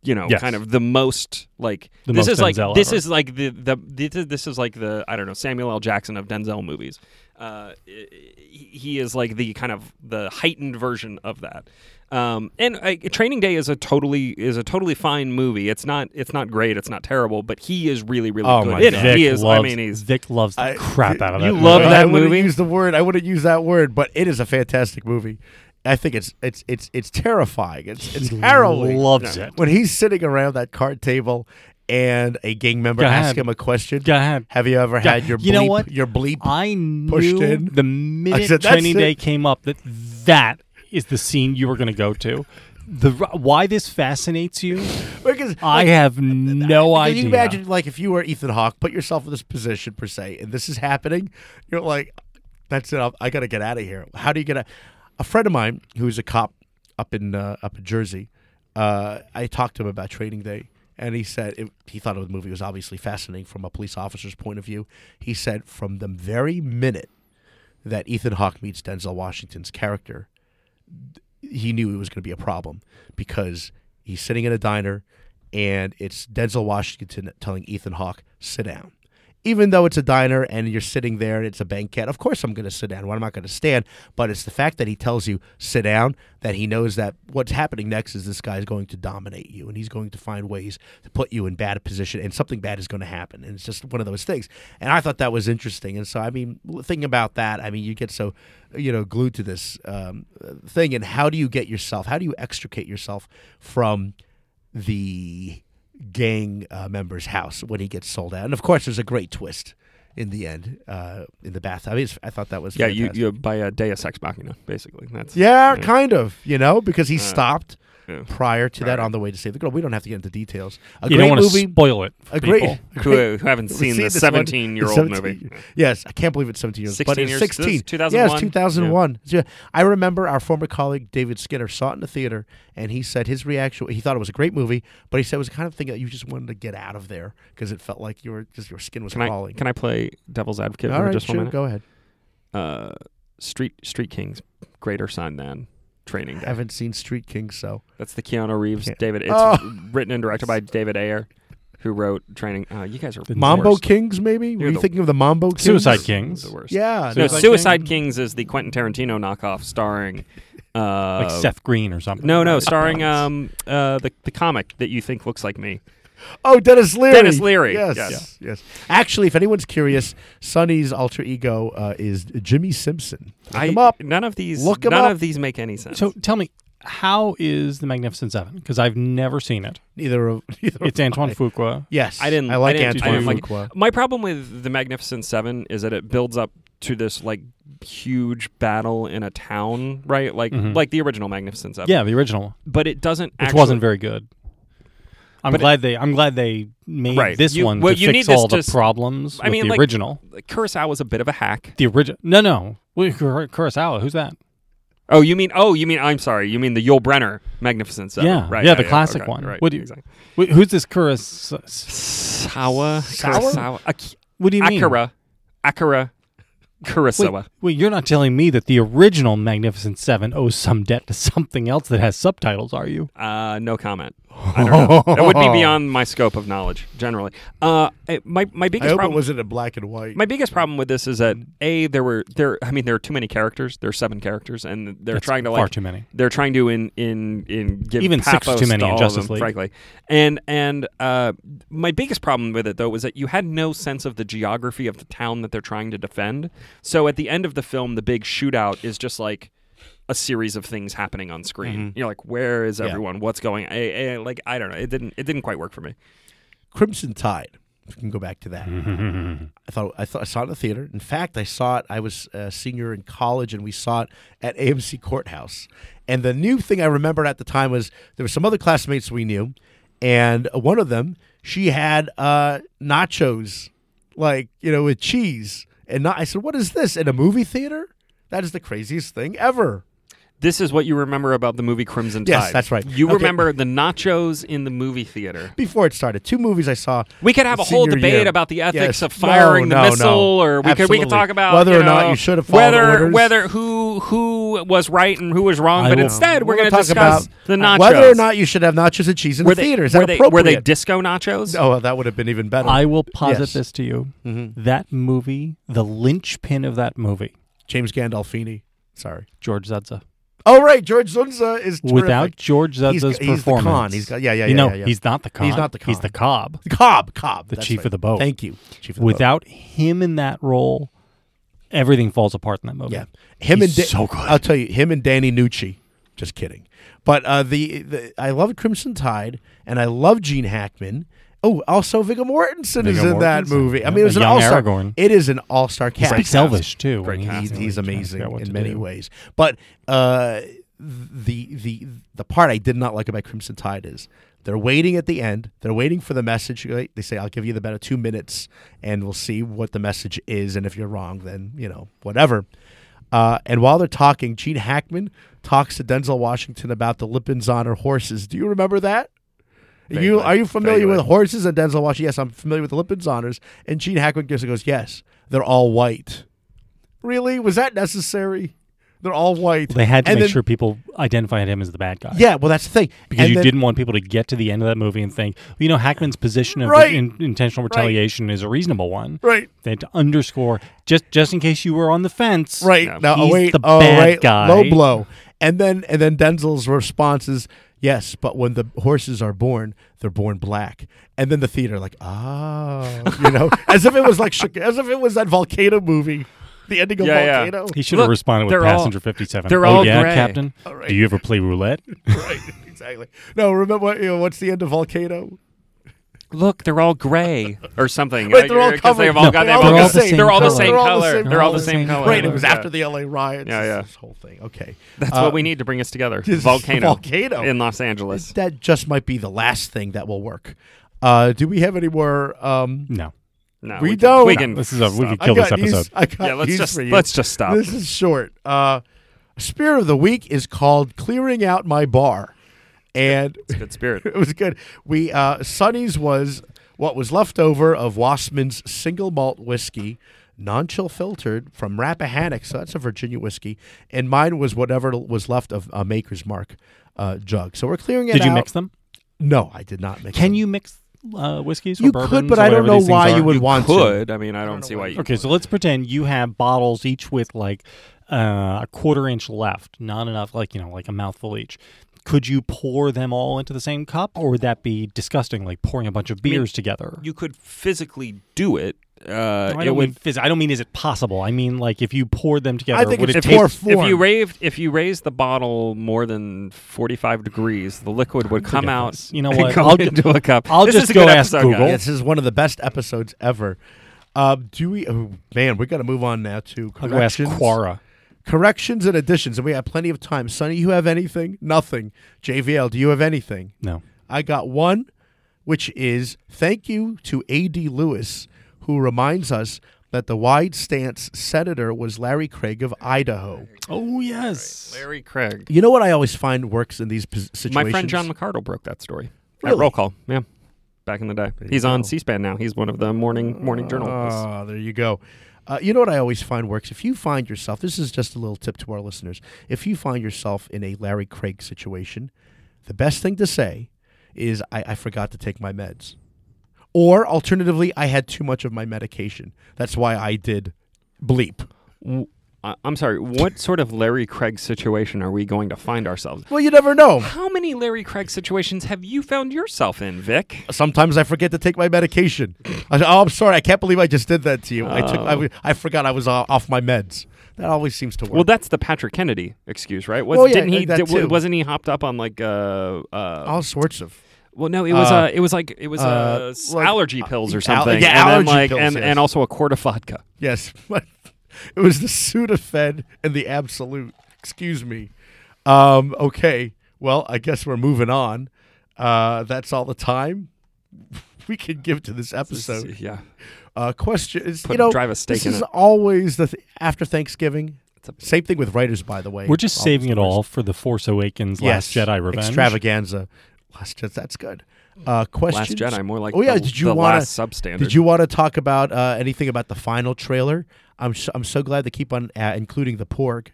Speaker 4: You know,
Speaker 5: Yes.
Speaker 4: kind of the most like
Speaker 5: The
Speaker 4: this
Speaker 5: most
Speaker 4: is like
Speaker 5: Denzel
Speaker 4: this
Speaker 5: ever.
Speaker 4: is like the the this is, this is like the I don't know Samuel L. Jackson of Denzel movies. Uh, he he is like the kind of the heightened version of that. Um, and uh, Training Day is a totally is a totally fine movie. It's not it's not great. It's not terrible. But he is really really
Speaker 3: Oh
Speaker 4: good
Speaker 3: my
Speaker 4: in
Speaker 3: God.
Speaker 4: it. He is.
Speaker 5: loves,
Speaker 4: I mean, he's
Speaker 5: Vic loves the crap out of Uh, that.
Speaker 4: you
Speaker 5: movie.
Speaker 4: love
Speaker 3: I-
Speaker 4: that
Speaker 3: I wouldn't
Speaker 4: movie?
Speaker 3: Use the word. I wouldn't use that word, but it is a fantastic movie. I think it's it's it's it's terrifying. It's it's
Speaker 5: He
Speaker 3: harrowing.
Speaker 5: loves it.
Speaker 3: when he's sitting around that card table and a gang member
Speaker 5: Go
Speaker 3: asks
Speaker 5: ahead.
Speaker 3: him a question.
Speaker 5: Go ahead.
Speaker 3: Have you ever
Speaker 5: Yeah,
Speaker 3: had your bleep,
Speaker 5: you know what?
Speaker 3: your bleep?
Speaker 5: I knew
Speaker 3: pushed in.
Speaker 5: the minute
Speaker 3: said, "That's
Speaker 5: training
Speaker 3: it."
Speaker 5: day came up that that is the scene you were going to go to. The r- why this fascinates you,
Speaker 3: because
Speaker 5: I
Speaker 3: like,
Speaker 5: have no
Speaker 3: can
Speaker 5: idea.
Speaker 3: you imagine like if you were Ethan Hawke, put yourself in this position per se, and this is happening, you're like, that's it. I'll- I got to get out of here. How do you get out? A friend of mine who's a cop up in uh, up in Jersey, uh, I talked to him about Training Day, and he said it, he thought the movie was obviously fascinating from a police officer's point of view. He said from the very minute that Ethan Hawke meets Denzel Washington's character, he knew it was going to be a problem because he's sitting in a diner and it's Denzel Washington telling Ethan Hawke, sit down. Even though it's a diner and you're sitting there and it's a banquet, of course I'm going to sit down. Why am I going to stand? But it's the fact that he tells you, sit down, that he knows that what's happening next is this guy's going to dominate you and he's going to find ways to put you in bad position and something bad is going to happen. And it's just one of those things. And I thought that was interesting. And so, I mean, thinking about that, I mean, you get so you know glued to this um, thing and how do you get yourself how do you extricate yourself from the gang uh, member's house when he gets sold out and of course there's a great twist in the end uh, in the bath I, mean, it's- I thought that was
Speaker 4: yeah. You,
Speaker 3: fantastic.
Speaker 4: you by a Deus Ex Machina, basically. That's
Speaker 3: yeah kind of you know because he stopped
Speaker 4: yeah.
Speaker 3: prior to that on the way to save the girl we don't have to get into details a
Speaker 5: You
Speaker 3: great
Speaker 5: don't want
Speaker 3: movie
Speaker 5: to spoil it. For
Speaker 3: a great,
Speaker 5: people.
Speaker 3: a
Speaker 4: Who,
Speaker 3: great-
Speaker 4: who haven't
Speaker 3: We've
Speaker 4: seen the
Speaker 3: this one.
Speaker 4: 17 year old
Speaker 3: 17
Speaker 4: movie?
Speaker 3: Yes, I can't believe it's 17 years. but
Speaker 4: 16
Speaker 3: it's
Speaker 4: years- this is
Speaker 3: 16. Yes,
Speaker 4: 2001?
Speaker 3: 2001. Yeah. I remember our former colleague David Skinner saw it in the theater, and he said his reaction. He thought it was a great movie, but he said it was the kind of thing that you just wanted to get out of there because it felt like you were just your skin was
Speaker 4: Can I
Speaker 3: crawling.
Speaker 4: can I play devil's advocate
Speaker 3: All
Speaker 4: for
Speaker 3: right,
Speaker 4: just one
Speaker 3: sure,
Speaker 4: minute?
Speaker 3: go ahead.
Speaker 4: Uh, Street Street Kings, greater sign than Training
Speaker 3: I
Speaker 4: Day.
Speaker 3: haven't seen Street King, so
Speaker 4: That's the Keanu Reeves,
Speaker 3: Can't-
Speaker 4: David. It's
Speaker 3: Oh.
Speaker 4: written and directed by David Ayer, who wrote Training. Uh, you guys are the
Speaker 3: Mambo
Speaker 4: worst.
Speaker 3: Kings, maybe. Were
Speaker 4: You're
Speaker 3: you
Speaker 4: the-
Speaker 3: thinking of the Mambo Kings?
Speaker 5: Suicide
Speaker 4: The
Speaker 5: Kings,
Speaker 4: worst.
Speaker 3: Yeah,
Speaker 4: No,
Speaker 5: Suicide
Speaker 4: Suicide
Speaker 5: King?
Speaker 4: Kings is the Quentin Tarantino knockoff starring. Uh,
Speaker 5: like Seth Green or something.
Speaker 4: No, no,
Speaker 5: Right.
Speaker 4: starring um uh the the comic that you think looks like me.
Speaker 3: Oh, Dennis Leary.
Speaker 4: Dennis Leary,
Speaker 3: Yes, yes.
Speaker 4: yes.
Speaker 3: Actually, if anyone's curious, Sonny's alter ego uh, is Jimmy Simpson. Look him up.
Speaker 4: None of these.
Speaker 3: Look 'em
Speaker 4: none
Speaker 3: up.
Speaker 4: of these make any sense.
Speaker 5: So tell me, how is the Magnificent Seven? Because I've never seen it.
Speaker 3: Neither of neither
Speaker 5: It's
Speaker 3: of
Speaker 5: Antoine
Speaker 3: mine.
Speaker 5: Fuqua.
Speaker 3: Yes,
Speaker 4: I didn't.
Speaker 3: I like
Speaker 4: didn't-
Speaker 3: Antoine
Speaker 4: didn't like-
Speaker 3: Fuqua.
Speaker 4: my problem with the Magnificent Seven is that it builds up to this like huge battle in a town, right? Like like the original Magnificent Seven.
Speaker 5: Mm-hmm. Yeah, the original,
Speaker 4: but it doesn't.
Speaker 5: which
Speaker 4: actually,
Speaker 5: wasn't very good. I'm
Speaker 4: But it-
Speaker 5: glad they. I'm glad they made
Speaker 4: Right.
Speaker 5: this
Speaker 4: You-
Speaker 5: one
Speaker 4: well,
Speaker 5: to
Speaker 4: you
Speaker 5: fix
Speaker 4: need this
Speaker 5: all the
Speaker 4: to s-
Speaker 5: problems.
Speaker 4: I
Speaker 5: with
Speaker 4: mean,
Speaker 5: the
Speaker 4: like-
Speaker 5: original.
Speaker 4: Kurosawa was a bit of a hack.
Speaker 5: The original. No, no. Wait, Kur- Kurosawa. Who's that?
Speaker 4: Oh, you mean? Oh, you mean? I'm sorry. You mean the Yul Brenner Magnificent Seven?
Speaker 5: yeah,
Speaker 4: Oh, Right.
Speaker 5: yeah, the classic
Speaker 4: okay,
Speaker 5: one.
Speaker 4: Right.
Speaker 5: What do you?
Speaker 4: Exactly.
Speaker 5: wh- who's this Kurosawa?
Speaker 4: Sawa.
Speaker 3: Sawa?
Speaker 4: Kurosawa. Ak-
Speaker 5: What do you mean?
Speaker 4: Akira. Akira.
Speaker 5: Wait,
Speaker 4: Kurosawa.
Speaker 5: wait, you're not telling me that the original Magnificent Seven owes some debt to something else that has subtitles, are you?
Speaker 4: Uh, no comment. I don't know. that would be beyond my scope of knowledge generally. Uh, eh, my my
Speaker 3: I
Speaker 4: biggest
Speaker 3: hope
Speaker 4: problem
Speaker 3: it wasn't in black and white.
Speaker 4: My biggest problem with this is that
Speaker 5: Mm-hmm.
Speaker 4: a there were there. I mean, there are too many characters. There are seven characters, and they're
Speaker 5: That's
Speaker 4: trying to like
Speaker 5: far too many.
Speaker 4: They're trying to in in in give
Speaker 5: Even six
Speaker 4: pathos
Speaker 5: too many
Speaker 4: to
Speaker 5: in
Speaker 4: all of
Speaker 5: Justice
Speaker 4: them,
Speaker 5: League.
Speaker 4: frankly. And and uh, my biggest problem with it though was that you had no sense of the geography of the town that they're trying to defend. So at the end of the film, the big shootout is just like a series of things happening on screen.
Speaker 5: Mm-hmm.
Speaker 4: You're like, where eh, is everyone? What's going? I, I, like I don't know. It didn't it didn't quite work for me.
Speaker 3: Crimson Tide If we can go back to that. I thought I thought I saw it in the theater. In fact, I saw it. I was a senior in college, and we saw it at AMC Courthouse. And the new thing I remembered at the time was there were some other classmates we knew, and one of them she had uh, nachos, like you know, with cheese. And not, I said, "What is this in a movie theater? That is the craziest thing ever."
Speaker 4: This is what you remember about the movie Crimson Tide.
Speaker 3: Yes, that's right.
Speaker 4: You
Speaker 3: Okay.
Speaker 4: remember the nachos in the movie theater.
Speaker 3: Before it started, two movies I saw.
Speaker 4: We could have a whole
Speaker 3: senior
Speaker 4: debate
Speaker 3: year.
Speaker 4: about the ethics
Speaker 3: Yes.
Speaker 4: of firing
Speaker 3: No,
Speaker 4: the
Speaker 3: no, no.
Speaker 4: missile, or we could we
Speaker 3: Absolutely.
Speaker 4: could talk about
Speaker 3: whether or not
Speaker 4: know,
Speaker 3: you should have followed
Speaker 4: whether
Speaker 3: orders.
Speaker 4: whether who who was right and who was wrong.
Speaker 5: I
Speaker 4: but
Speaker 5: will-
Speaker 4: instead, we're,
Speaker 3: gonna
Speaker 4: going to discuss the nachos.
Speaker 3: uh, Whether or not you should have nachos and cheese in
Speaker 4: were
Speaker 3: the
Speaker 4: they,
Speaker 3: theater. Is
Speaker 4: were
Speaker 3: that
Speaker 4: they,
Speaker 3: appropriate?
Speaker 4: were they disco nachos?
Speaker 3: Oh, well, that would have been even better.
Speaker 5: I will posit
Speaker 3: Yes.
Speaker 5: this to you.
Speaker 4: Mm-hmm.
Speaker 5: That movie, the linchpin of that movie,
Speaker 3: James Gandolfini. Sorry.
Speaker 5: George Zudza.
Speaker 3: Oh, right. George Zunza is terrific.
Speaker 5: Without George
Speaker 3: He's-
Speaker 5: Zudza's
Speaker 3: he's the con.
Speaker 5: performance,
Speaker 3: He's got- yeah, yeah,
Speaker 5: You
Speaker 3: yeah,
Speaker 5: know,
Speaker 3: yeah, yeah.
Speaker 5: he's not the con.
Speaker 3: He's not the
Speaker 5: He's
Speaker 3: con.
Speaker 5: the cob.
Speaker 3: Cobb. Cobb.
Speaker 5: The
Speaker 3: that's
Speaker 5: chief
Speaker 3: right.
Speaker 5: of the boat.
Speaker 3: Thank you. Chief of the boat.
Speaker 5: Without him in that role, everything falls apart in that movie.
Speaker 3: Yeah. Him
Speaker 5: He's
Speaker 3: and
Speaker 5: so good.
Speaker 3: I'll tell you, him and Danny Nucci. Just kidding. But uh, the, the I love Crimson Tide and I love Gene Hackman. Oh, also Viggo Mortensen is
Speaker 5: Viggo
Speaker 3: in that
Speaker 5: Mortensen.
Speaker 3: movie. I
Speaker 5: Yeah,
Speaker 3: mean, it was
Speaker 5: the
Speaker 3: an
Speaker 5: young
Speaker 3: all-star.
Speaker 5: Aragorn.
Speaker 3: It is an all-star cast.
Speaker 5: Speaks Elvish too. when
Speaker 3: He's-
Speaker 5: he's,
Speaker 3: He's,
Speaker 5: trying to
Speaker 3: amazing
Speaker 5: figure out what
Speaker 3: in
Speaker 5: to
Speaker 3: many
Speaker 5: do.
Speaker 3: ways. But uh, the the the part I did not like about Crimson Tide is they're waiting at the end. They're waiting for the message. right? They say, "I'll give you the better two minutes, and we'll see what the message is. And if you're wrong, then you know whatever." Uh, and while they're talking, Gene Hackman talks to Denzel Washington about the Lippens on her horses. Do you remember that? You
Speaker 4: Vaguely.
Speaker 3: are you familiar
Speaker 4: Vaguely.
Speaker 3: with horses and Denzel Washington? Yes, I'm familiar with the Lippens honors. And Gene Hackman gives and goes, "Yes, they're all white." Really? Was that necessary? They're all white.
Speaker 5: They had to
Speaker 3: And
Speaker 5: make
Speaker 3: then-
Speaker 5: sure people identified him as the bad guy.
Speaker 3: Yeah, well, that's the thing.
Speaker 5: Because
Speaker 3: And
Speaker 5: you
Speaker 3: then-
Speaker 5: didn't want people to get to the end of that movie and think, well, you know, Hackman's position of
Speaker 3: Right.
Speaker 5: in- intentional retaliation is a reasonable one.
Speaker 3: Right.
Speaker 5: They had to underscore just just in case you were on the fence.
Speaker 3: Right now, oh
Speaker 5: He's
Speaker 3: wait,
Speaker 5: the
Speaker 3: oh
Speaker 5: bad
Speaker 3: wait,
Speaker 5: guy.
Speaker 3: low blow, and then and then Denzel's response is yes, but when the horses are born, they're born black, and then the theater like ah, you know, as if it was like Chic- as if it was that volcano movie, the ending of
Speaker 4: Yeah, yeah.
Speaker 3: volcano.
Speaker 5: He should have
Speaker 4: Look,
Speaker 5: responded with
Speaker 4: they're all-
Speaker 5: passenger 57.
Speaker 4: they're
Speaker 5: oh,
Speaker 4: all
Speaker 5: yeah,
Speaker 4: gray."
Speaker 5: Captain. Do you ever play roulette?
Speaker 3: right, exactly. No, remember what- you know, what's the end of volcano?
Speaker 4: Look, they're all gray or something.
Speaker 3: Right, they're all
Speaker 4: 'Cause
Speaker 3: covered.
Speaker 4: They've all
Speaker 5: No,
Speaker 4: got.
Speaker 5: they're
Speaker 4: They've
Speaker 5: all
Speaker 4: all got-
Speaker 5: the same
Speaker 4: They're all the
Speaker 5: color.
Speaker 4: same
Speaker 5: They're
Speaker 3: all the
Speaker 4: color.
Speaker 3: same
Speaker 4: They're all
Speaker 3: color.
Speaker 4: the same color.
Speaker 3: Right, it was
Speaker 4: Yeah.
Speaker 3: after the LA riots.
Speaker 4: Yeah,
Speaker 3: It's
Speaker 4: yeah.
Speaker 3: This whole thing. Okay,
Speaker 4: That's what we need to bring us together.
Speaker 3: this is
Speaker 4: Volcano.
Speaker 3: volcano.
Speaker 4: in Los Angeles.
Speaker 3: that just might be the last thing that will work. Uh, do we have any more? Um,
Speaker 5: No.
Speaker 4: No,
Speaker 3: We
Speaker 4: can-
Speaker 3: don't.
Speaker 4: We can.
Speaker 5: This is a, we could
Speaker 3: I
Speaker 5: kill this
Speaker 3: got news-
Speaker 5: episode.
Speaker 3: I got
Speaker 4: Yeah, let's
Speaker 3: news
Speaker 4: just-
Speaker 3: for you.
Speaker 4: let's just stop.
Speaker 3: This is short. Uh, Spirit of the week is called clearing out my bar, and
Speaker 4: Good spirit.
Speaker 3: it was good. We uh, Sonny's was what was left over of Wassman's single malt whiskey, non-chill filtered from Rappahannock. So that's a Virginia whiskey, and mine was whatever was left of a Maker's Mark uh, jug. So we're clearing it
Speaker 5: Did you
Speaker 3: out.
Speaker 5: mix them?
Speaker 3: No, I did not mix.
Speaker 5: Can
Speaker 3: them.
Speaker 5: you mix uh, whiskeys or
Speaker 3: You
Speaker 5: bourbons
Speaker 3: could, but
Speaker 5: or
Speaker 3: I don't
Speaker 5: whatever
Speaker 3: know
Speaker 5: these things
Speaker 3: why
Speaker 5: are?
Speaker 3: you would want to.
Speaker 4: could. I mean, I don't see why you.
Speaker 5: Okay, so let's pretend you have bottles each with like uh, a quarter inch left, not enough, like you know, like a mouthful each. Could you pour them all into the same cup, or would that be disgusting, like pouring a bunch of beers together?
Speaker 4: You could physically do it. Uh,
Speaker 5: No, I
Speaker 4: it
Speaker 5: don't
Speaker 4: would.
Speaker 5: mean phys- I don't mean is it possible? I mean like if you poured them together,
Speaker 3: I think
Speaker 5: would
Speaker 3: it's
Speaker 5: it
Speaker 3: more
Speaker 5: taste?
Speaker 4: If
Speaker 3: form.
Speaker 4: you raved, if you raised the bottle more than forty-five degrees, the liquid would come out.
Speaker 5: difference. You know
Speaker 4: and
Speaker 5: what?
Speaker 4: Go
Speaker 5: I'll ju-
Speaker 4: into a cup.
Speaker 5: I'll
Speaker 4: This
Speaker 5: just
Speaker 4: is a
Speaker 5: go
Speaker 4: good
Speaker 5: ask
Speaker 4: episode,
Speaker 5: Google.
Speaker 4: guys.
Speaker 3: This is one of the best episodes ever. Um, do we? Oh man, we got to move on now to
Speaker 5: I'll go ask
Speaker 3: corrections,
Speaker 5: Quara.
Speaker 3: corrections and additions, and we have plenty of time. Sonny, you have anything? Nothing. JVL, do you have anything?
Speaker 5: No,
Speaker 3: I got one, which is thank you to AD Lewis, who reminds us that the wide stance senator was Larry Craig of Idaho.
Speaker 5: oh yes,
Speaker 4: Larry Craig.
Speaker 3: You know what I always find works in these pos- situations.
Speaker 4: My friend John McCardle broke that story
Speaker 3: Really?
Speaker 4: at roll call. Yeah, back in the day. He's on C-SPAN now. He's one of the morning morning journalists.
Speaker 3: Ah, there you go. Uh, you know what I always find works? If you find yourself, this is just a little tip to our listeners. If you find yourself in a Larry Craig situation, the best thing to say is, I, I forgot to take my meds. Or alternatively, I had too much of my medication. That's why I did bleep.
Speaker 4: I- I'm sorry. What sort of Larry Craig situation are we going to find ourselves?
Speaker 3: Well, you never know.
Speaker 4: How many Larry Craig situations have you found yourself in, Vic?
Speaker 3: Sometimes I forget to take my medication. I, oh, I'm sorry. I can't believe I just did that to you. I took. I, w- I forgot I was uh, off my meds. That always seems to work.
Speaker 4: Well, that's the Patrick Kennedy excuse, right? Was,
Speaker 3: Well, yeah,
Speaker 4: didn't he?
Speaker 3: that
Speaker 4: di-
Speaker 3: too.
Speaker 4: wasn't he hopped up on like uh, uh,
Speaker 3: all sorts of.
Speaker 4: Well, no, it was
Speaker 3: Uh,
Speaker 4: uh, it was like it was
Speaker 3: uh,
Speaker 4: uh, s-
Speaker 3: like-
Speaker 4: allergy pills
Speaker 3: al-
Speaker 4: or something.
Speaker 3: yeah,
Speaker 4: and
Speaker 3: allergy
Speaker 4: then, like,
Speaker 3: pills,
Speaker 4: and,
Speaker 3: yes.
Speaker 4: and also a quart of vodka.
Speaker 3: Yes, but it was the Sudafed and the Absolute. Excuse me. Um, okay, well, I guess we're moving on. Uh, that's all the time we can give to this episode.
Speaker 4: yeah,
Speaker 3: Uh, question is,
Speaker 4: Put-
Speaker 3: you know,
Speaker 4: drive a stake
Speaker 3: this
Speaker 4: in
Speaker 3: is
Speaker 4: it.
Speaker 3: always the th- after Thanksgiving.
Speaker 4: It's a-
Speaker 3: Same thing with writers, by the way.
Speaker 5: We're just
Speaker 3: All
Speaker 5: saving it
Speaker 3: those
Speaker 5: all for the Force Awakens Last
Speaker 3: Yes.
Speaker 5: Jedi Revenge.
Speaker 3: extravaganza. Last Jedi, that's good. Uh, questions?
Speaker 4: Jedi, more like
Speaker 3: oh yeah.
Speaker 4: the-
Speaker 3: did you
Speaker 4: the
Speaker 3: wanna,
Speaker 4: last substandard.
Speaker 3: Did you want to talk about uh, anything about the final trailer? I'm so, I'm so glad they keep on uh, including the porg.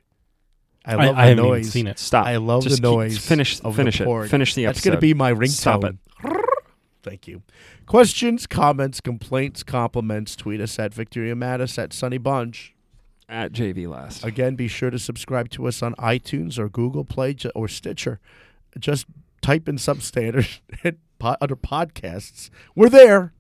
Speaker 3: I
Speaker 5: I,
Speaker 3: love
Speaker 5: I
Speaker 3: the
Speaker 5: haven't even
Speaker 3: noise.
Speaker 5: seen it.
Speaker 4: stop.
Speaker 3: I love
Speaker 4: Just
Speaker 3: the
Speaker 4: keep-
Speaker 3: noise.
Speaker 4: finish,
Speaker 3: of
Speaker 4: finish
Speaker 3: the
Speaker 4: it.
Speaker 3: porg.
Speaker 4: Finish the episode.
Speaker 3: That's gonna be my ringtone.
Speaker 4: Stop it.
Speaker 3: Thank you. Questions, comments, complaints, compliments. Tweet us at Victoria Mattis at Sunny Bunch.
Speaker 4: At JV last.
Speaker 3: Again, be sure to subscribe to us on iTunes or Google Play ju- or Stitcher. Just type in substandard and po- under podcasts. We're there.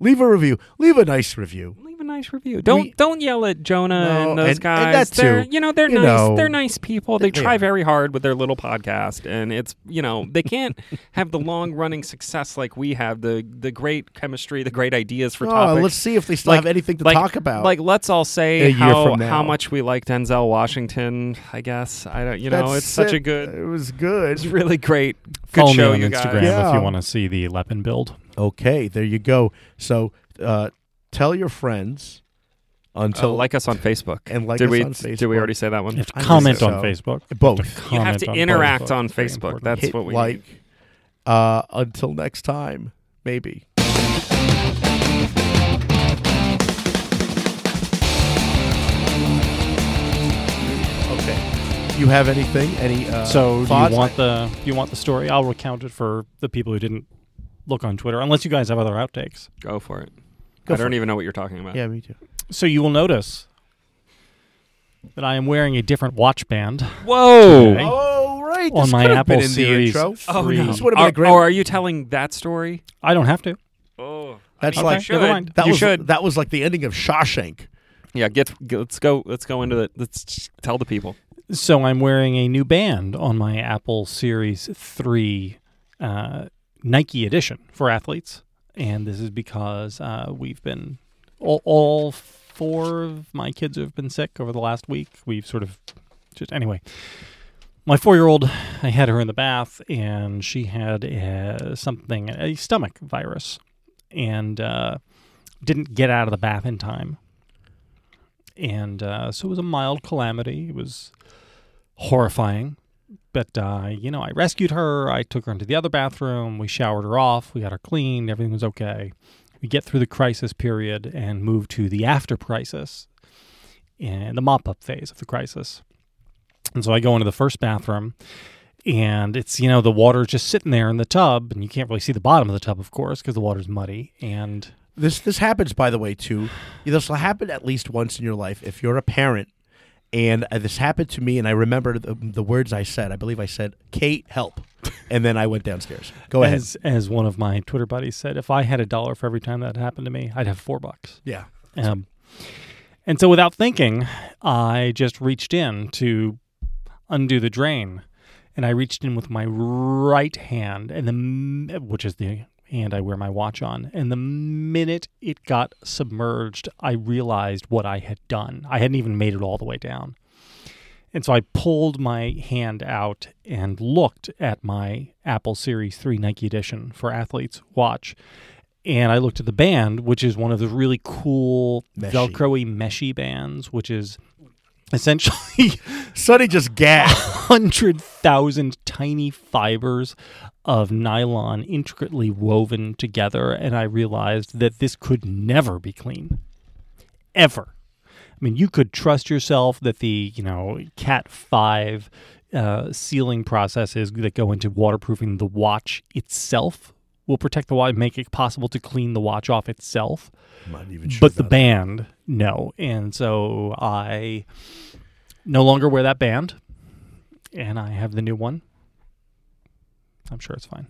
Speaker 3: Leave a review. Leave a nice review.
Speaker 4: Leave a nice review. Don't don't yell at Jonah
Speaker 3: No,
Speaker 4: and those
Speaker 3: and- and
Speaker 4: guys.
Speaker 3: that
Speaker 4: they're
Speaker 3: too.
Speaker 4: you know they're
Speaker 3: You
Speaker 4: nice.
Speaker 3: know.
Speaker 4: they're nice people. They
Speaker 3: They
Speaker 4: try
Speaker 3: are.
Speaker 4: very hard with their little podcast, and it's you know they can't have the long running success like we have. The the great chemistry, the great ideas for
Speaker 3: Oh,
Speaker 4: topics.
Speaker 3: let's see if they still have anything to
Speaker 4: like-
Speaker 3: talk about.
Speaker 4: Like, let's all
Speaker 3: a
Speaker 4: say
Speaker 3: year
Speaker 4: how,
Speaker 3: from now.
Speaker 4: how much we like Denzel Washington. I guess I don't. You know,
Speaker 3: That's
Speaker 4: it's such a
Speaker 3: it.
Speaker 4: good,
Speaker 3: It was good.
Speaker 4: it's really great. Good
Speaker 5: Follow
Speaker 4: show,
Speaker 5: me
Speaker 4: you
Speaker 5: on Instagram
Speaker 4: guys.
Speaker 5: if
Speaker 3: Yeah.
Speaker 5: you want to see the Lepin build.
Speaker 3: Okay, there you go. So uh, tell your friends
Speaker 4: So
Speaker 3: until
Speaker 4: Oh, like us on Facebook.
Speaker 3: And like
Speaker 4: did
Speaker 3: us
Speaker 4: we,
Speaker 3: on
Speaker 4: Did we
Speaker 3: Facebook.
Speaker 4: already say that one?
Speaker 5: You have to
Speaker 3: I think
Speaker 5: comment
Speaker 3: so.
Speaker 5: on Facebook.
Speaker 3: both
Speaker 4: You have
Speaker 5: Comment
Speaker 4: to
Speaker 5: on
Speaker 4: interact
Speaker 5: Facebook.
Speaker 4: on
Speaker 5: It's very
Speaker 4: Facebook.
Speaker 5: important.
Speaker 4: That's
Speaker 3: hit
Speaker 4: what we
Speaker 3: like.
Speaker 4: need.
Speaker 3: Uh, until next time, maybe. Okay. You have anything? Any uh,
Speaker 5: So do
Speaker 3: thoughts?
Speaker 5: you want the you want the story? I'll recount it for the people who didn't look on Twitter, unless you guys have other outtakes.
Speaker 4: Go for it.
Speaker 3: Go
Speaker 4: I
Speaker 3: for
Speaker 4: don't even know what you're talking about.
Speaker 3: Yeah, me too.
Speaker 5: So you will notice that I am wearing a different watch band
Speaker 4: Whoa.
Speaker 5: Today.
Speaker 3: Oh right,
Speaker 5: on
Speaker 3: this
Speaker 5: my
Speaker 3: could have
Speaker 5: Apple
Speaker 3: been in
Speaker 5: Series
Speaker 3: the intro.
Speaker 4: Oh,
Speaker 5: Three.
Speaker 4: no.
Speaker 3: This would have been
Speaker 4: Are,
Speaker 3: a great.
Speaker 4: or are you telling that story?
Speaker 5: I don't have to.
Speaker 4: Oh,
Speaker 3: That's
Speaker 4: I mean,
Speaker 3: like-
Speaker 4: you should.
Speaker 5: Never mind.
Speaker 3: that
Speaker 4: you
Speaker 3: was
Speaker 4: should.
Speaker 3: that was like the ending of Shawshank.
Speaker 4: yeah, get, g Let's go. Let's go into it. Let's just tell the people.
Speaker 5: So I'm wearing a new band on my Apple Series 3 uh, Nike edition for athletes. And this is because uh, we've been, all, all four of my kids have been sick over the last week. We've sort of just, anyway. My four year old, I had her in the bath and she had uh, something, a stomach virus, and uh, didn't get out of the bath in time and uh, so it was a mild calamity. It was horrifying, but uh, you know, I rescued her. I took her into the other bathroom. We showered her off. We got her cleaned. Everything was okay. We get through the crisis period and move to the after crisis and the mop up phase of the crisis. And so I go into the first bathroom. And it's, you know, the water's just sitting there in the tub, and you can't really see the bottom of the tub, of course, because the water's muddy. And
Speaker 3: This this happens, by the way, too. This will happen at least once in your life if you're a parent. And uh, this happened to me, and I remember the, the words I said. I believe I said, "Kate, help," and then I went downstairs. Go ahead.
Speaker 5: As as one of my Twitter buddies said, if I had a dollar for every time that happened to me, I'd have four bucks.
Speaker 3: Yeah.
Speaker 5: Um, and so, without thinking, I just reached in to undo the drain, and I reached in with my right hand, and the m- which is the hand I wear my watch on. And the minute it got submerged, I realized what I had done. I hadn't even made it all the way down. And so I pulled my hand out and looked at my Apple Series 3 Nike Edition for athletes watch. And I looked at the band, which is one of the really cool
Speaker 3: Meshy.
Speaker 5: Velcro-y meshy bands, which is essentially
Speaker 3: Sonny just gasped.
Speaker 5: hundred thousand tiny fibers of nylon intricately woven together, and I realized that this could never be clean, ever. I mean, you could trust yourself that the you know Cat Five uh, sealing processes that go into waterproofing the watch itself will protect the watch, make it possible to clean the watch off itself but the band no and so i no longer wear that band and i have the new one i'm sure it's fine